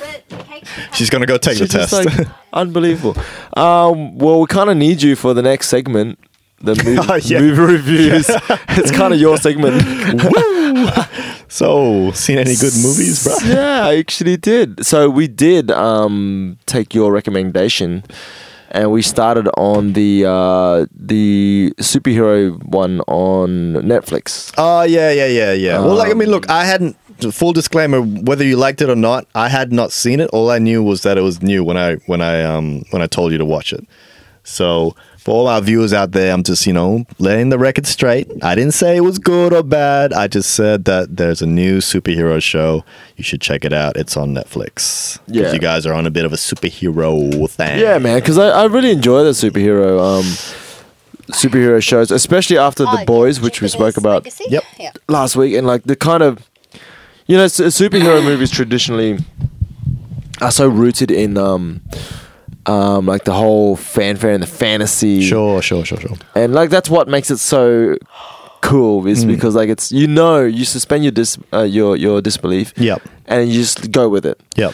She's gonna go take
It's
the
just
test.
like unbelievable. Um, well, we kind of need you for the next segment, the movie,
Oh, yeah.
movie reviews. it's kind of your segment.
so, seen any good movies, bro?
yeah, I actually did. So we did um, take your recommendation, and we started on the uh, the superhero one on Netflix.
Oh yeah, yeah, yeah, yeah. well, like I mean, look, I hadn't. Full disclaimer: whether you liked it or not, I had not seen it. All I knew was that it was new when I when I um when I told you to watch it. So for all our viewers out there, I'm just you know laying the record straight. I didn't say it was good or bad. I just said that there's a new superhero show. You should check it out. It's on Netflix. 'Cause
Yeah.
you guys are on a bit of a superhero thing.
Yeah, man, because I, I really enjoy the superhero um, superhero shows, especially after
Oh,
Oh,
the boys, which we spoke about
Yep.
last week, and like the kind of you know su- superhero movies traditionally are so rooted in um, um, like the whole fanfare and the fantasy,
Sure, sure, sure, sure.
and like that's what makes it so cool is
Mm.
because like it's you know you suspend your dis uh, your your disbelief,
Yep.
and you just go with it.
Yep.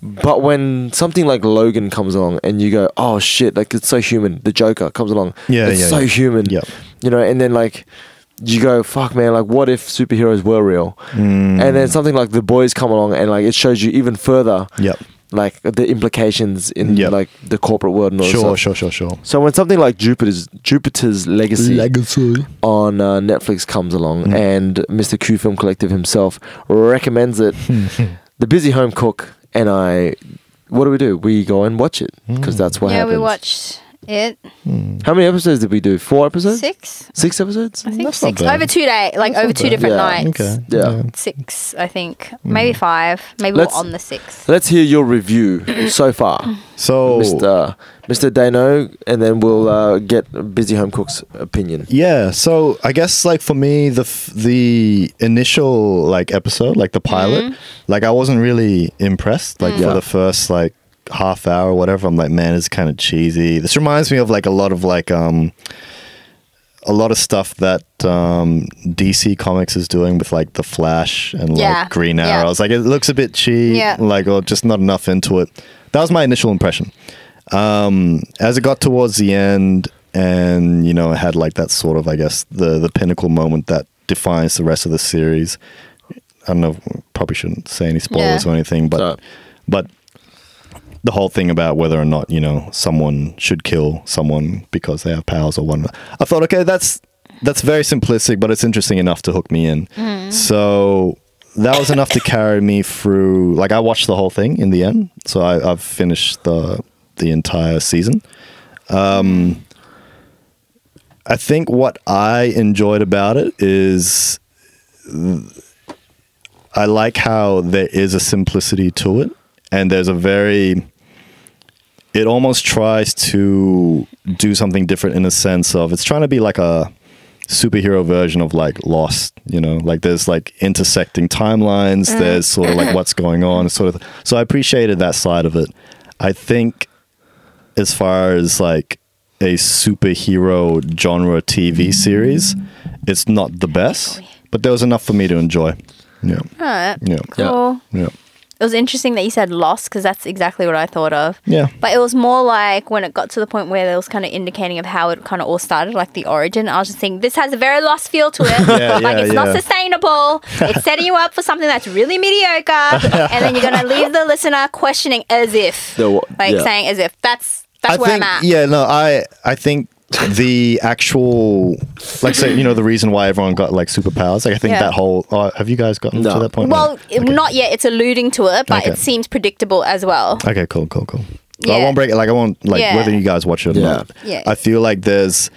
But when something like Logan comes along and you go, oh shit, like it's so human. The Joker comes along.
Yeah,
It's
yeah,
so
yeah.
human.
Yep.
You know, and then like you go, fuck man, like what if superheroes were real?
Mm.
And then something like The Boys come along and like it shows you even further.
Yep.
Like the implications in
Yep.
like the corporate world and all that
Sure,
stuff.
sure, sure, sure.
So when something like Jupiter's Jupiter's Legacy on uh, Netflix comes along and Mr. Q Film Collective himself recommends it, the busy home cook and I, what do we do? We go and watch it because that's what
yeah,
happens.
we watched it
How many episodes did we do? Four episodes?
six.
Six episodes?
I think
That's not
six
bad.
over two day, like over two different
Yeah.
nights.
Okay. Hmm.
Yeah.
Six, I think, maybe five, maybe
Let's-
we're on the six.
Let's hear your review so far,
So
Mr. Mr. Dano, and then we'll uh, get Busy Home Cook's opinion.
Yeah, so I guess like for me, the f- the initial like episode, like the pilot,
Mm-hmm.
like I wasn't really impressed. Like
Yeah.
for the first like half hour, whatever, I'm like, man, it's kind of cheesy. This reminds me of like a lot of like um a lot of stuff that um DC Comics is doing with like the Flash and like
Yeah,
Green
yeah.
Arrow. I was like, it looks a bit cheap,
Yeah.
like or just not enough into it. That was my initial impression as it got towards the end and you know it had like that sort of i guess the the pinnacle moment that defines the rest of the series i don't know probably shouldn't say any spoilers
Yeah.
or anything but
So-
but the whole thing about whether or not you know someone should kill someone because they have powers or whatnot i thought okay that's that's very simplistic but it's interesting enough to hook me in so that was enough to carry me through like i watched the whole thing in the end so I, i've finished the the entire season I think what I enjoyed about it is I like how there is a simplicity to it, and there's a very it almost tries to do something different in a sense of it's trying to be like a superhero version of like Lost, you know, like there's like intersecting timelines, there's sort of like what's going on, sort of. So I appreciated that side of it. I think as far as like a superhero genre TV series, it's not the best, but there was enough for me to enjoy. Yeah.
Alright,
Yeah.
cool.
Yeah.
It was interesting that you said lost because that's exactly what I thought of.
Yeah.
But it was more like when it got to the point where it was kind of indicating of how it kind of all started, like the origin. I was just thinking, this has a very lost feel to it.
Yeah,
like
yeah,
it's not
yeah.
sustainable. it's setting you up for something that's really mediocre, and then you're gonna leave the listener questioning as if,
The wha-
like
yeah.
saying as if that's that's
I
where
think
I'm at.
yeah, no, I I think the actual, like, say, you know, the reason why everyone got like superpowers. Like, I think
Yeah.
that whole. Oh, have you guys gotten
No.
to that point?
Well,
No. Okay.
not yet. It's alluding to it, but
Okay.
it seems predictable as well.
Okay, cool, cool, cool. But I
Yeah.
won't break it. Like I won't like
Yeah.
whether you guys watch it or
Yeah.
not.
Yeah.
I feel like there's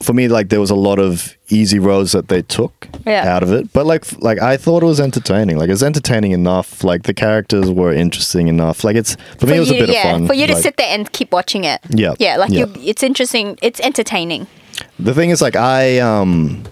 for me like there was a lot of easy roads that they took
Yeah.
out of it. But like f- like I thought it was entertaining. Like it was entertaining enough. Like the characters were interesting enough. Like it's for, me it was
you,
a bit
yeah,
of fun.
for you to
Like,
sit there and keep watching it.
Yeah,
yeah, like
yeah.
You, it's interesting. It's entertaining.
the thing is like I um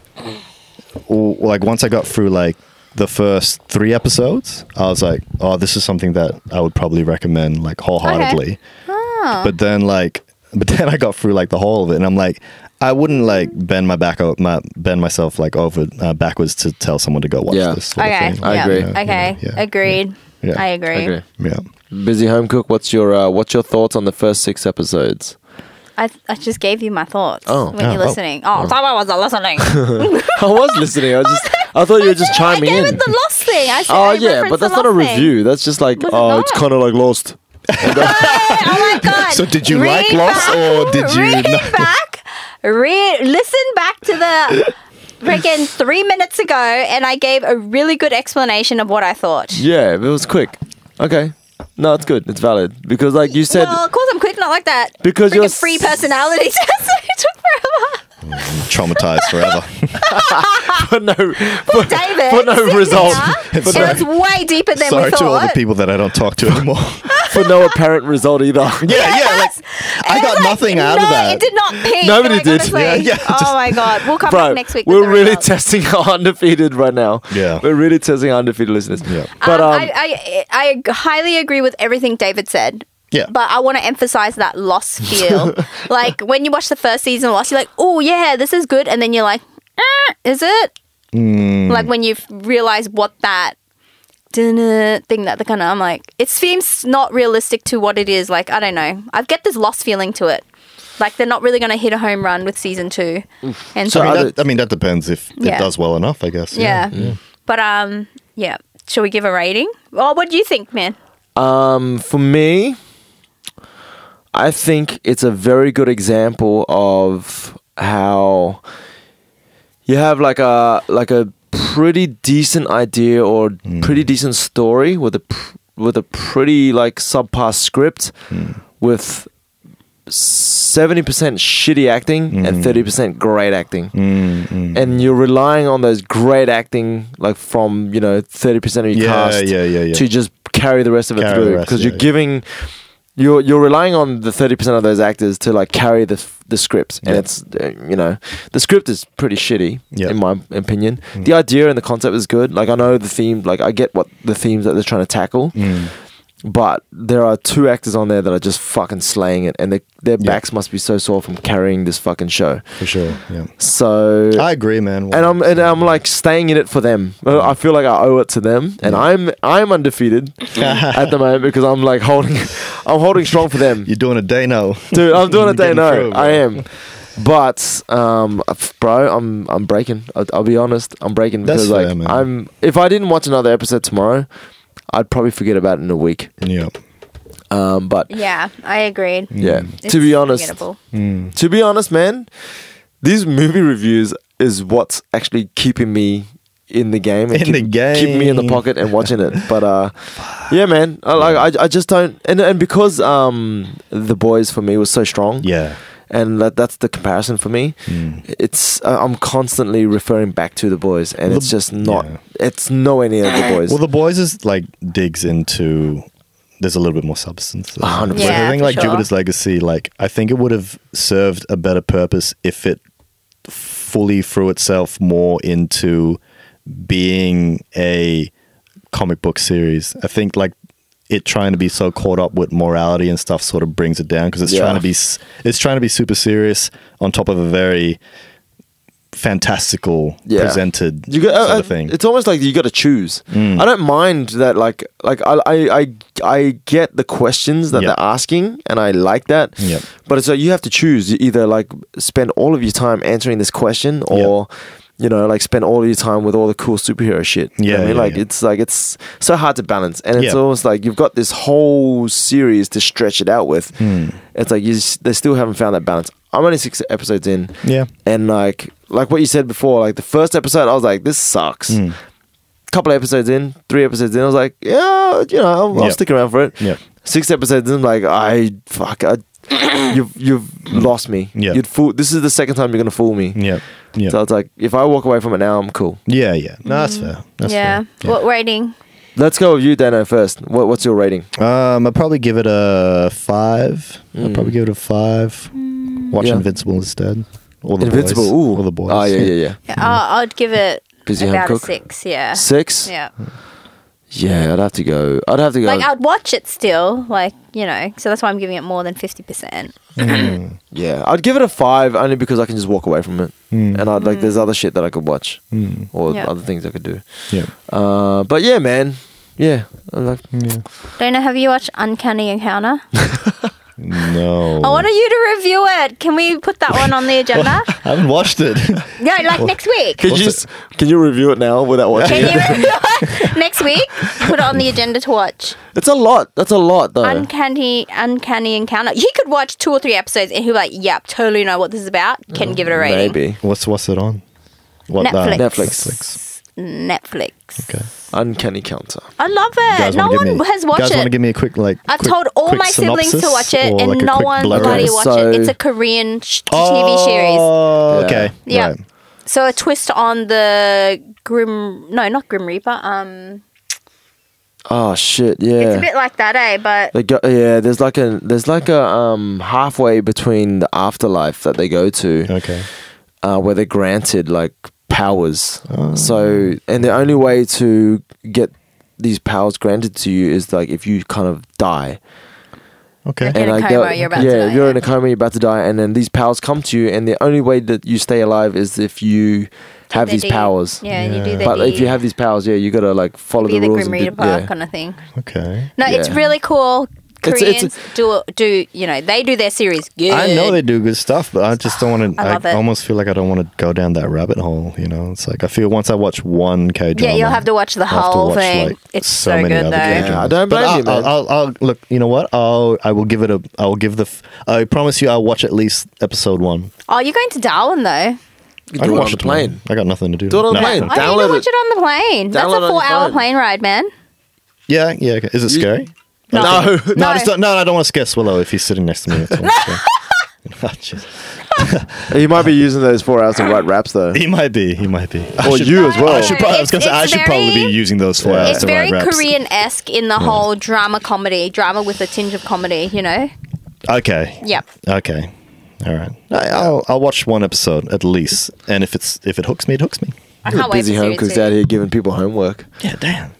w- like once I got through like the first three episodes, I was like, oh, this is something that I would probably recommend like wholeheartedly.
Ah.
But then like, but then I got through like the whole of it, and I'm like, I wouldn't like bend my back, o- my bend myself like over uh, backwards to tell someone to go watch
Yeah.
this. Sort
Okay,
of thing.
I
yeah,
agree.
Okay,
Yeah, yeah,
agreed.
yeah.
I agree.
agree.
Yeah.
Busy home cook. What's your uh, what's your thoughts on the first six episodes?
I, I just gave you my thoughts
Oh.
when
Oh,
you're
oh.
listening. Oh, someone was not listening.
I was listening. I was just I thought you were just
I
chiming
gave
in.
it the lost thing. I said,
Oh
I
yeah,
referenced
but that's
the
not a
lost thing.
review. That's just like
Was it
oh, it's
not?
kind of like Lost. uh,
oh my god!
So did you like
Read
Lost
back-
or did you
read
not?
back? Read, listen back to the freaking three minutes ago, and I gave a really good explanation of what I thought.
Yeah, it was quick. Okay, no, it's good. It's valid because like you said,
well, of course I'm quick, not like that.
Because you're
Freaking free personality test. it took forever.
Traumatized forever.
for no for,
David,
for no
sit
result,
down.
for
It
no,
was way deeper than
Sorry
we
to all
thought.
the people that I don't talk to anymore.
for no apparent result either.
yeah, yeah. Like, I got nothing out
no,
of that.
it did not peak.
Nobody
like,
did.
honestly.
Yeah,
yeah,
oh
just-
my god, we'll come
Bro,
back next week. with
we're
the
really
results.
testing our undefeated right now.
Yeah.
we're really testing our undefeated listeners.
Yeah.
But um,
I, I, I highly agree with everything David said.
Yeah.
But I want to emphasize that loss feel. like when you watch the first season of Lost, you're like, oh yeah, this is good, and then you're like, eh, is it?
Mm.
Like when you f- realize what that dinner thing that the kind of I'm like, it seems not realistic to what it is. Like I don't know, I get this lost feeling to it. Like they're not really going to hit a home run with season two, and
So
I
so
mean, that, I mean, that depends if
Yeah.
it does well enough, I guess.
yeah. But um, yeah. Shall we give a rating? Oh, what do you think, man?
Um, for me, I think it's a very good example of how you have like a like a pretty decent idea or
Hmm.
pretty decent story with a pr- with a pretty like subpar script
Hmm.
with. 70% shitty acting
Hmm.
and 30% great acting. And you're relying on those great acting like from, you know, 30% of your
Yeah,
cast
yeah, yeah, yeah.
to just carry the rest of it
Carry the
through
rest,
because
yeah,
you're
yeah.
giving you're you're relying on the 30% of those actors to like carry the f- the script and
Yeah.
it's uh, you know the script is pretty shitty
Yeah. Mm.
in my opinion the idea and the concept is good like i know the theme like i get what the themes that they're trying to tackle
Mm.
but there are two actors on there that are just fucking slaying it and their their
Yeah.
backs must be so sore from carrying this fucking show
For sure. Yeah.
so
I agree, man.
and I'm and I'm like staying in it for them. Uh,
Mm.
I feel like I owe it to them, and I'm I'm undefeated at the moment because I'm like holding, I'm holding strong for them,
You're doing a day now.
dude. I'm doing
You're
it. They
getting
know
through,
I
bro.
am, but um, f- bro, I'm I'm breaking. I'll, I'll be honest, I'm breaking
That's
because
fair,
like
man.
I'm. If I didn't watch another episode tomorrow, I'd probably forget about it in a week.
Yeah.
Um, but
Yeah, I agreed.
yeah,
Mm. It's
to be honest,
forgettable.
to be honest, man, these movie reviews is what's actually keeping me in the game and
In the
keeping me in the
game.
pocket and watching it. But uh, yeah, man, I, like I, I just don't, and and because um, the boys for me was so strong,
Yeah. Mm.
and that that's the comparison for me. It's uh, I'm constantly referring back to the boys, and it's just not,
yeah.
it's nowhere near the boys.
Well, the boys is like digs into. There's a little bit more substance. than-
100%.
Like,
Yeah,
I think
for
like
sure.
Jupiter's Legacy. Like I think it would have served a better purpose if it fully threw itself more into being a comic book series. I think like it trying to be so caught up with morality and stuff sort of brings it down because it's
Yeah.
trying to be s- it's trying to be super serious on top of a very fantastical
Yeah.
presented
you got,
sort
uh,
of thing. Mm.
It's almost like you got to choose. I don't mind that, like, like I, I, I, I get the questions that
Yep.
they're asking, and I like that.
Yep.
But it's like you have to choose. You either like spend all of your time answering this question, or you know, like spend all of your time with all the cool superhero shit. You know
Yeah,
what I mean?
yeah,
like
yeah.
it's like it's so hard to balance, and it's
Yeah.
almost like you've got
Hmm.
this whole series to stretch it out with. It's like you, s- they still haven't found that balance. I'm only six episodes in.
Yeah.
And like like what you said before, like the first episode, I was like, this sucks.
Mm.
Couple episodes in, three episodes in, I was like, yeah, you know, I'll, I'll
Yep.
stick around for it.
Yep.
Six episodes in, like I fuck, I, you've you've lost me.
Hmm. Yeah.
You'd fool. This is the second time you're gonna fool me.
Yeah. Yeah.
So it's like if I walk away from it now, I'm cool.
yeah. Yeah. No, that's fair. That's
Mm. yeah.
fair.
What rating?
Let's go with you, Dano, first. What, what's your rating?
Um, I'd probably give it a five. I'd probably give it a five. Watch
Mm.
Mm.
Yeah.
Invincible instead. All the
Invincible.
Boys.
Ooh.
All the boys.
Oh yeah, yeah, yeah.
Yeah, I'll, I'd give it
Busy home
about a
cook.
six. Yeah.
Six.
Yeah.
Yeah, I'd have to go. I'd have to go.
Like I'd watch it still, like you know. So that's why I'm giving it more than fifty percent.
yeah, I'd give it a five only because I can just walk away from it, and I'd like there's other shit that I could watch or
Hmm. Yeah.
other things I could do.
Yeah.
Uh, but yeah, man. Yeah, I like,
Don't know. Have you watched Uncanny Encounter?
No.
I wanted you to review it. Can we put that one on the agenda?
I haven't watched it.
no, like next week.
Can you
What's
just, can you review it now without watching
Can
it?
you review it next week? Put it on the agenda to watch.
It's a lot. That's a lot though.
Uncanny, uncanny encounter. He could watch two or three episodes and he'll be like, "Yep, totally know what this is about." Can give it a rating.
Maybe
what's What's it on? What
Netflix.
Netflix.
Netflix.
Okay.
uncanny counter.
I love
You guys
it. Uh, No
wanna give
one
me,
has
you guys
watched
want to
it.
give me a quick like?
I've
quick-
told all
quick
my siblings to
synopsis
watch it,
or,
and
like, a
no
quick
one
blurb?
bloody
Okay,
watched
so-
it. It's a Korean sh- TV series.
Oh,
Yeah.
okay.
Yeah.
Right.
So a twist on the grim. No, not Grim Reaper. Um,
Oh shit! Yeah.
it's a bit like that, eh? But
They go, yeah, there's like a there's like a um halfway between the afterlife that they go to,
Okay.
uh, where they're granted like powers. So, and the only way to get these powers granted to you is like if you kind of die.
Okay.
In a
and like
coma,
they'll-
you're about to
yeah,
die,
you're
yeah.
in a coma, you're about to die, and then these powers come to you, and the only way that you stay alive is if you have
they
these
do-
powers.
Yeah, and you do
Yeah.
the.
But if you have these powers, yeah, you gotta like follow
be
the
the
rules.
Grim
and
Reaper
do- yeah.
kind of thing.
Okay.
No, it's
Yeah.
really cool.
It's-
Koreans
it's-
do do you know they do their series good.
I know they do good stuff, but I just don't want to.
I
I,
love it.
almost feel like I don't want to go down that rabbit hole. You know, it's like I feel once I watch one K drama.
Yeah, you'll have to watch the whole thing. It's so good, though.
Yeah, I don't blame
I'll,
you, man.
I'll, I'll, I'll look. You know what? I'll I will give it a. I will give the. f- I promise you, I'll watch at least episode one.
Oh, you're going to Darwin though.
You do
I
it on
watch
the
it tomorrow.
plane.
I got nothing to do.
Do it on the
No.
plane.
I need
Download
to watch
it.
it on the plane. That's
Download it
a
on your
four-hour
phone.
plane ride, man.
Yeah, yeah. okay. Is it scary?
No,
No,
No.
I just don't, no, I don't want to scare Swallow if he's sitting next to me. That's all. Oh, jeez.
you might be using those four hours to write raps though.
he might be. He might be. I
Or
should-
you as well.
I should. Probably, I was
It's-
gonna say I
it's
should probably be
very-
using those four
Uh,
hours
It's
to write
very
raps.
Korean-esque in the whole drama comedy, drama with a tinge of comedy. You know.
Okay.
Yep.
Okay. All right. I, I'll I'll watch one episode at least, and if it's if it hooks me, it hooks me.
I can't wait
busy
for
home
series
cooks
two.
out here giving people homework.
Yeah. Damn.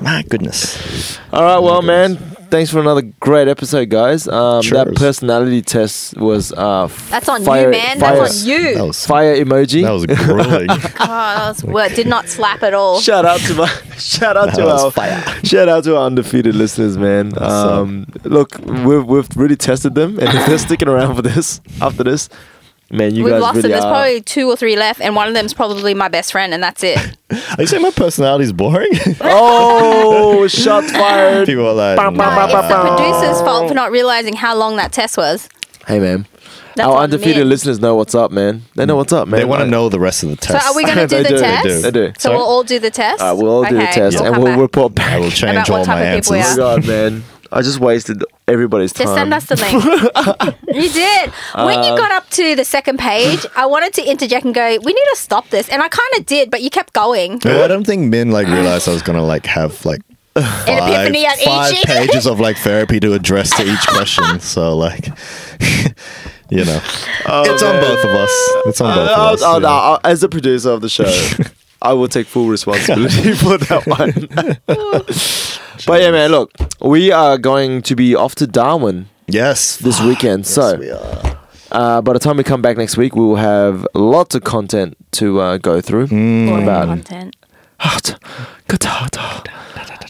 My goodness.
All right, well, man, thanks for another great episode, guys. Um, That
Cheers.
personality test was uh, f-
That's on
fire-
you, man.
Fire,
That's on you.
That was
fire emoji.
that was grueling.
Oh, that was well, it did not slap at all.
shout out to my shout out
That
to
was
our
fire.
shout out to our undefeated listeners, man. Um, look, we've we've really tested them, and if they're sticking around for this after this, man, you
We've
guys
lost
really
them. There's
are.
probably two or three left, and one of them's probably my best friend, and that's it.
Are you saying my personality's boring?
oh, shots fired.
People are like,
Bum, bum,
"Nah."
bum,
It's
bum,
the
bum.
producer's fault for not realizing how long that test was.
Hey, man.
That's
our
on
undefeated
me.
listeners know what's up, man. They know what's up, man.
Mm. they want to
Like-
know the rest of the
So
test.
are we going to do
They
the
do, they
test?
do. They do.
So
Sorry?
we'll all do the test.
All right, Uh, we'll all do the
Okay,
test, and
come
we'll
back.
report back.
I will
About
change
what
all
type
my
of people
answers.
we
Oh my
Yeah.
Oh god, man! I just wasted everybody's time.
Just send us the link. you did. When
Uh,
you got up to the second page, I wanted to interject and go, "We need to stop this," and I kind of did, but you kept going.
No, I don't think Min like realized I was gonna like have like
An
five,
epiphany at
five
each.
pages of like therapy to address to each question. So like, you know, it's on both of us. It's on both
Uh,
of us.
I'll-
yeah.
I'll- as the producer of the show, I will take full responsibility for that one. but yeah, man, look, we are going to be off to Darwin
Yes,
this weekend. so
we
Uh, by the time we come back next week, we will have lots of content to uh, go through. about-
content.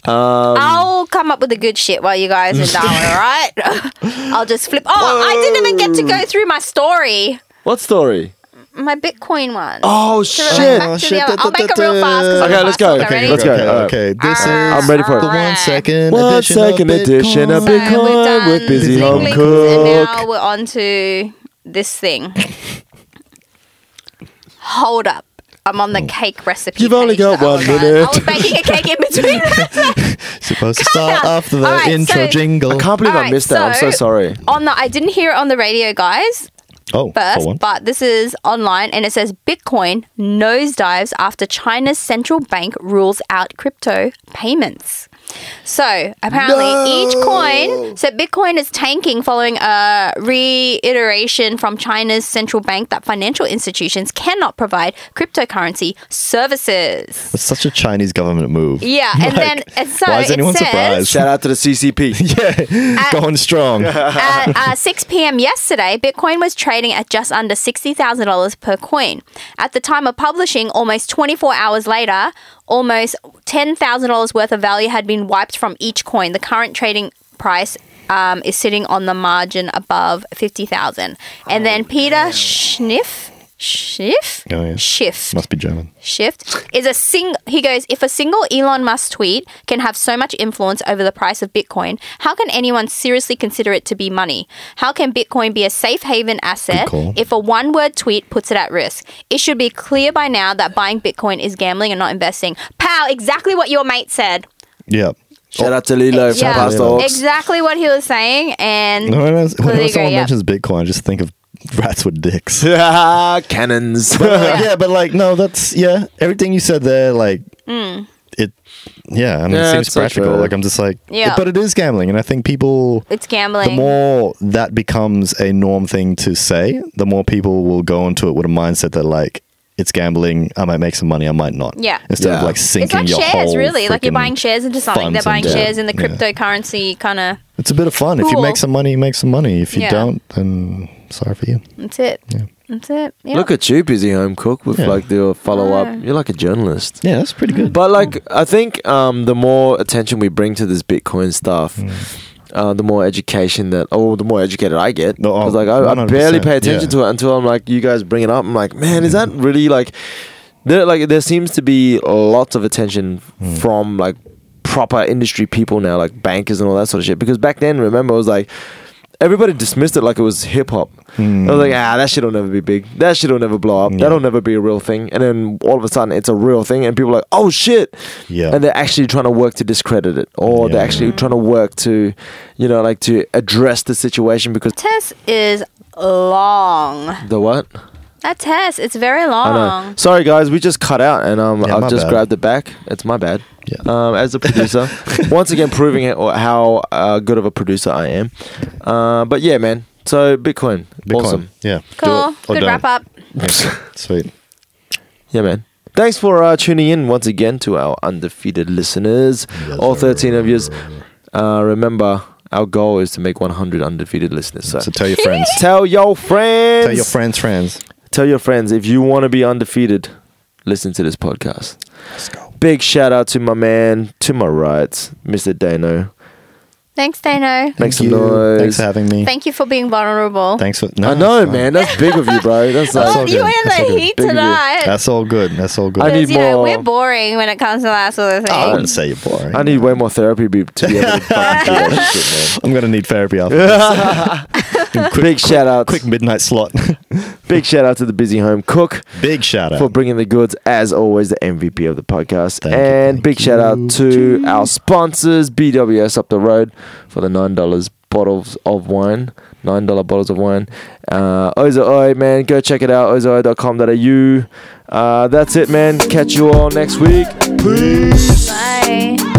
Um,
I'll come up with the good shit while you guys are down. All right. I'll just flip. Oh, I didn't even get to go through my story,
What story?
my Bitcoin one.
Oh
So we're
shit!
back to
shit.
the other- I'll make it real fast. 'cause I'm
Okay, let's
fast.
go.
Okay, ready?
Let's go.
Okay,
alright.
okay.
Uh,
This is
I'm ready for
the
it.
one second
One
edition of
second edition of
Bitcoin.
Bitcoin with Busy
Zing
Home
Links,
Cook.
And now we're on to this thing. Hold up. I'm on the cake recipe.
Oh. You've only
page
got
that I
one
was on.
minute.
I was baking a cake in between.
Supposed to start
Cut out.
after the
Alright,
intro
so-
jingle.
I can't believe I
Alright,
missed that. I'm so
so-
sorry.
on the, I didn't hear it on the radio, guys.
oh,
first,
for one.
but this is online and it says Bitcoin nosedives after China's central bank rules out crypto payments. So apparently, each coin, so Bitcoin is tanking following a reiteration from China's central bank that financial institutions cannot provide cryptocurrency services.
It's such a Chinese government move.
Yeah, and then and so
why is
it
anyone
says,
surprised?
Shout out to the CCP.
yeah, going strong.
at uh, 6 p.m. yesterday, Bitcoin was trading at just under $60,000 per coin. At the time of publishing, almost 24 hours later, almost $10,000 worth of value had been wiped from each coin. The current trading price um, is sitting on the margin above 50,000. And then Peter Schiff, Schiff,
Oh, yeah.
Schiff,
Must be German.
shift is a sing he goes if a single elon musk tweet can have so much influence over the price of bitcoin how can anyone seriously consider it to be money how can bitcoin be a safe haven asset
Good call.
if a one word tweet puts it at risk it should be clear by now that buying bitcoin is gambling and not investing pow exactly what your mate said
Yeah.
Shout out to Lilo from
Yeah.
Past Orcs.
exactly what he was saying and
No, no, whenever
Completely agree,
someone
yeah.
mentions Bitcoin, I just think of rats with dicks.
Cannons.
Oh,
Uh, yeah, but like, no, that's yeah. Everything you said there, like,
Hmm.
it, yeah, and
Yeah,
it seems
it's so
practical.
true.
like, I'm just like,
Yeah.
but it is gambling, and I think people,
it's
the
gambling
more that becomes a norm thing to say, the more people will go into it with a mindset that like, it's gambling. I might make some money, I might not.
Yeah.
Instead of
Yeah.
like
it's
sinking
like
your
shares
whole
really like you're
freaking-
buying shares into something
funds
they're buying
and- Yeah.
shares in the
Yeah.
cryptocurrency kind of
It's a bit of fun. If you
Cool.
make some money, you make some money. If you
Yeah.
don't, then sorry for you.
that's it that's it yeah.
Look at you, busy home cook, with
Yeah.
like the follow up. You're like a journalist.
Yeah, that's pretty good.
But like, I think um, the more attention we bring to this Bitcoin stuff,
Mm.
uh, the more education that, oh, the more educated I get.
No, oh,
Because like, I, I
100%,
barely pay attention
yeah.
to it until I'm like, you guys bring it up. I'm like, man, is that really like, there like there seems to be lots of attention
Mm.
from like proper industry people now, like bankers and all that sort of shit. Because back then, remember, it was like. Everybody dismissed it like it was hip hop. I was like, ah, that shit'll never be big. That shit'll never blow up. That'll never be a real thing. And then all of a sudden, it's a real thing, and people are like, oh shit.
Yeah.
And they're actually trying to work to discredit it, or they're
Yeah.
actually trying to work to, you know, like to address the situation because
test is long.
the what?
That test, it's very
I know.
long.
Sorry guys, we just cut out, and um,
Yeah,
I've
my
just
bad.
grabbed it back. It's my bad.
Yeah.
Um, as a producer, once again proving it, or how uh, good of a producer I am. Uh, but yeah, man. So Bitcoin,
Bitcoin.
awesome.
Yeah. do
Cool.
it or
Good
don't.
wrap up.
Yeah, Sweet.
Yeah, man. Thanks for uh, tuning in once again to our undefeated listeners, all 13 of you. Uh, remember, our goal is to make 100 undefeated listeners. So
So tell your friends.
tell your friends.
tell your friends' friends.
Tell your friends if you want to be undefeated, listen to this podcast.
Let's go.
Big shout out to my man to my right, Mr. Dano.
Thanks, Dano.
Make some
you.
noise.
Thanks for having me.
Thank you for being vulnerable.
Thanks for.
I
No,
know,
it's fine.
man. That's big of you, bro. That's
That's
oh,
like
all
you
good.
in
That's all
the
good.
heat
Big of you.
tonight.
That's all good. That's all good.
I
I,
need-
Because, you know,
more-
we're boring when it comes to that sort of
I
thing.
wouldn't say you're boring.
I need way more therapy be- to be able to fucking do that shit,
I'm gonna need therapy after this.
man. big shout out.
Quick midnight slot.
Big shout out to the busy home cook.
Big shout out.
for bringing the goods as always the mvp of the podcast
Thank you,
and
thank
big shout out to our sponsors bws up the road for the nine dollars bottles of wine nine dollar bottles of wine uh ozoi man go check it out ozoi.com.au uh that's it man catch you all next week peace
Bye.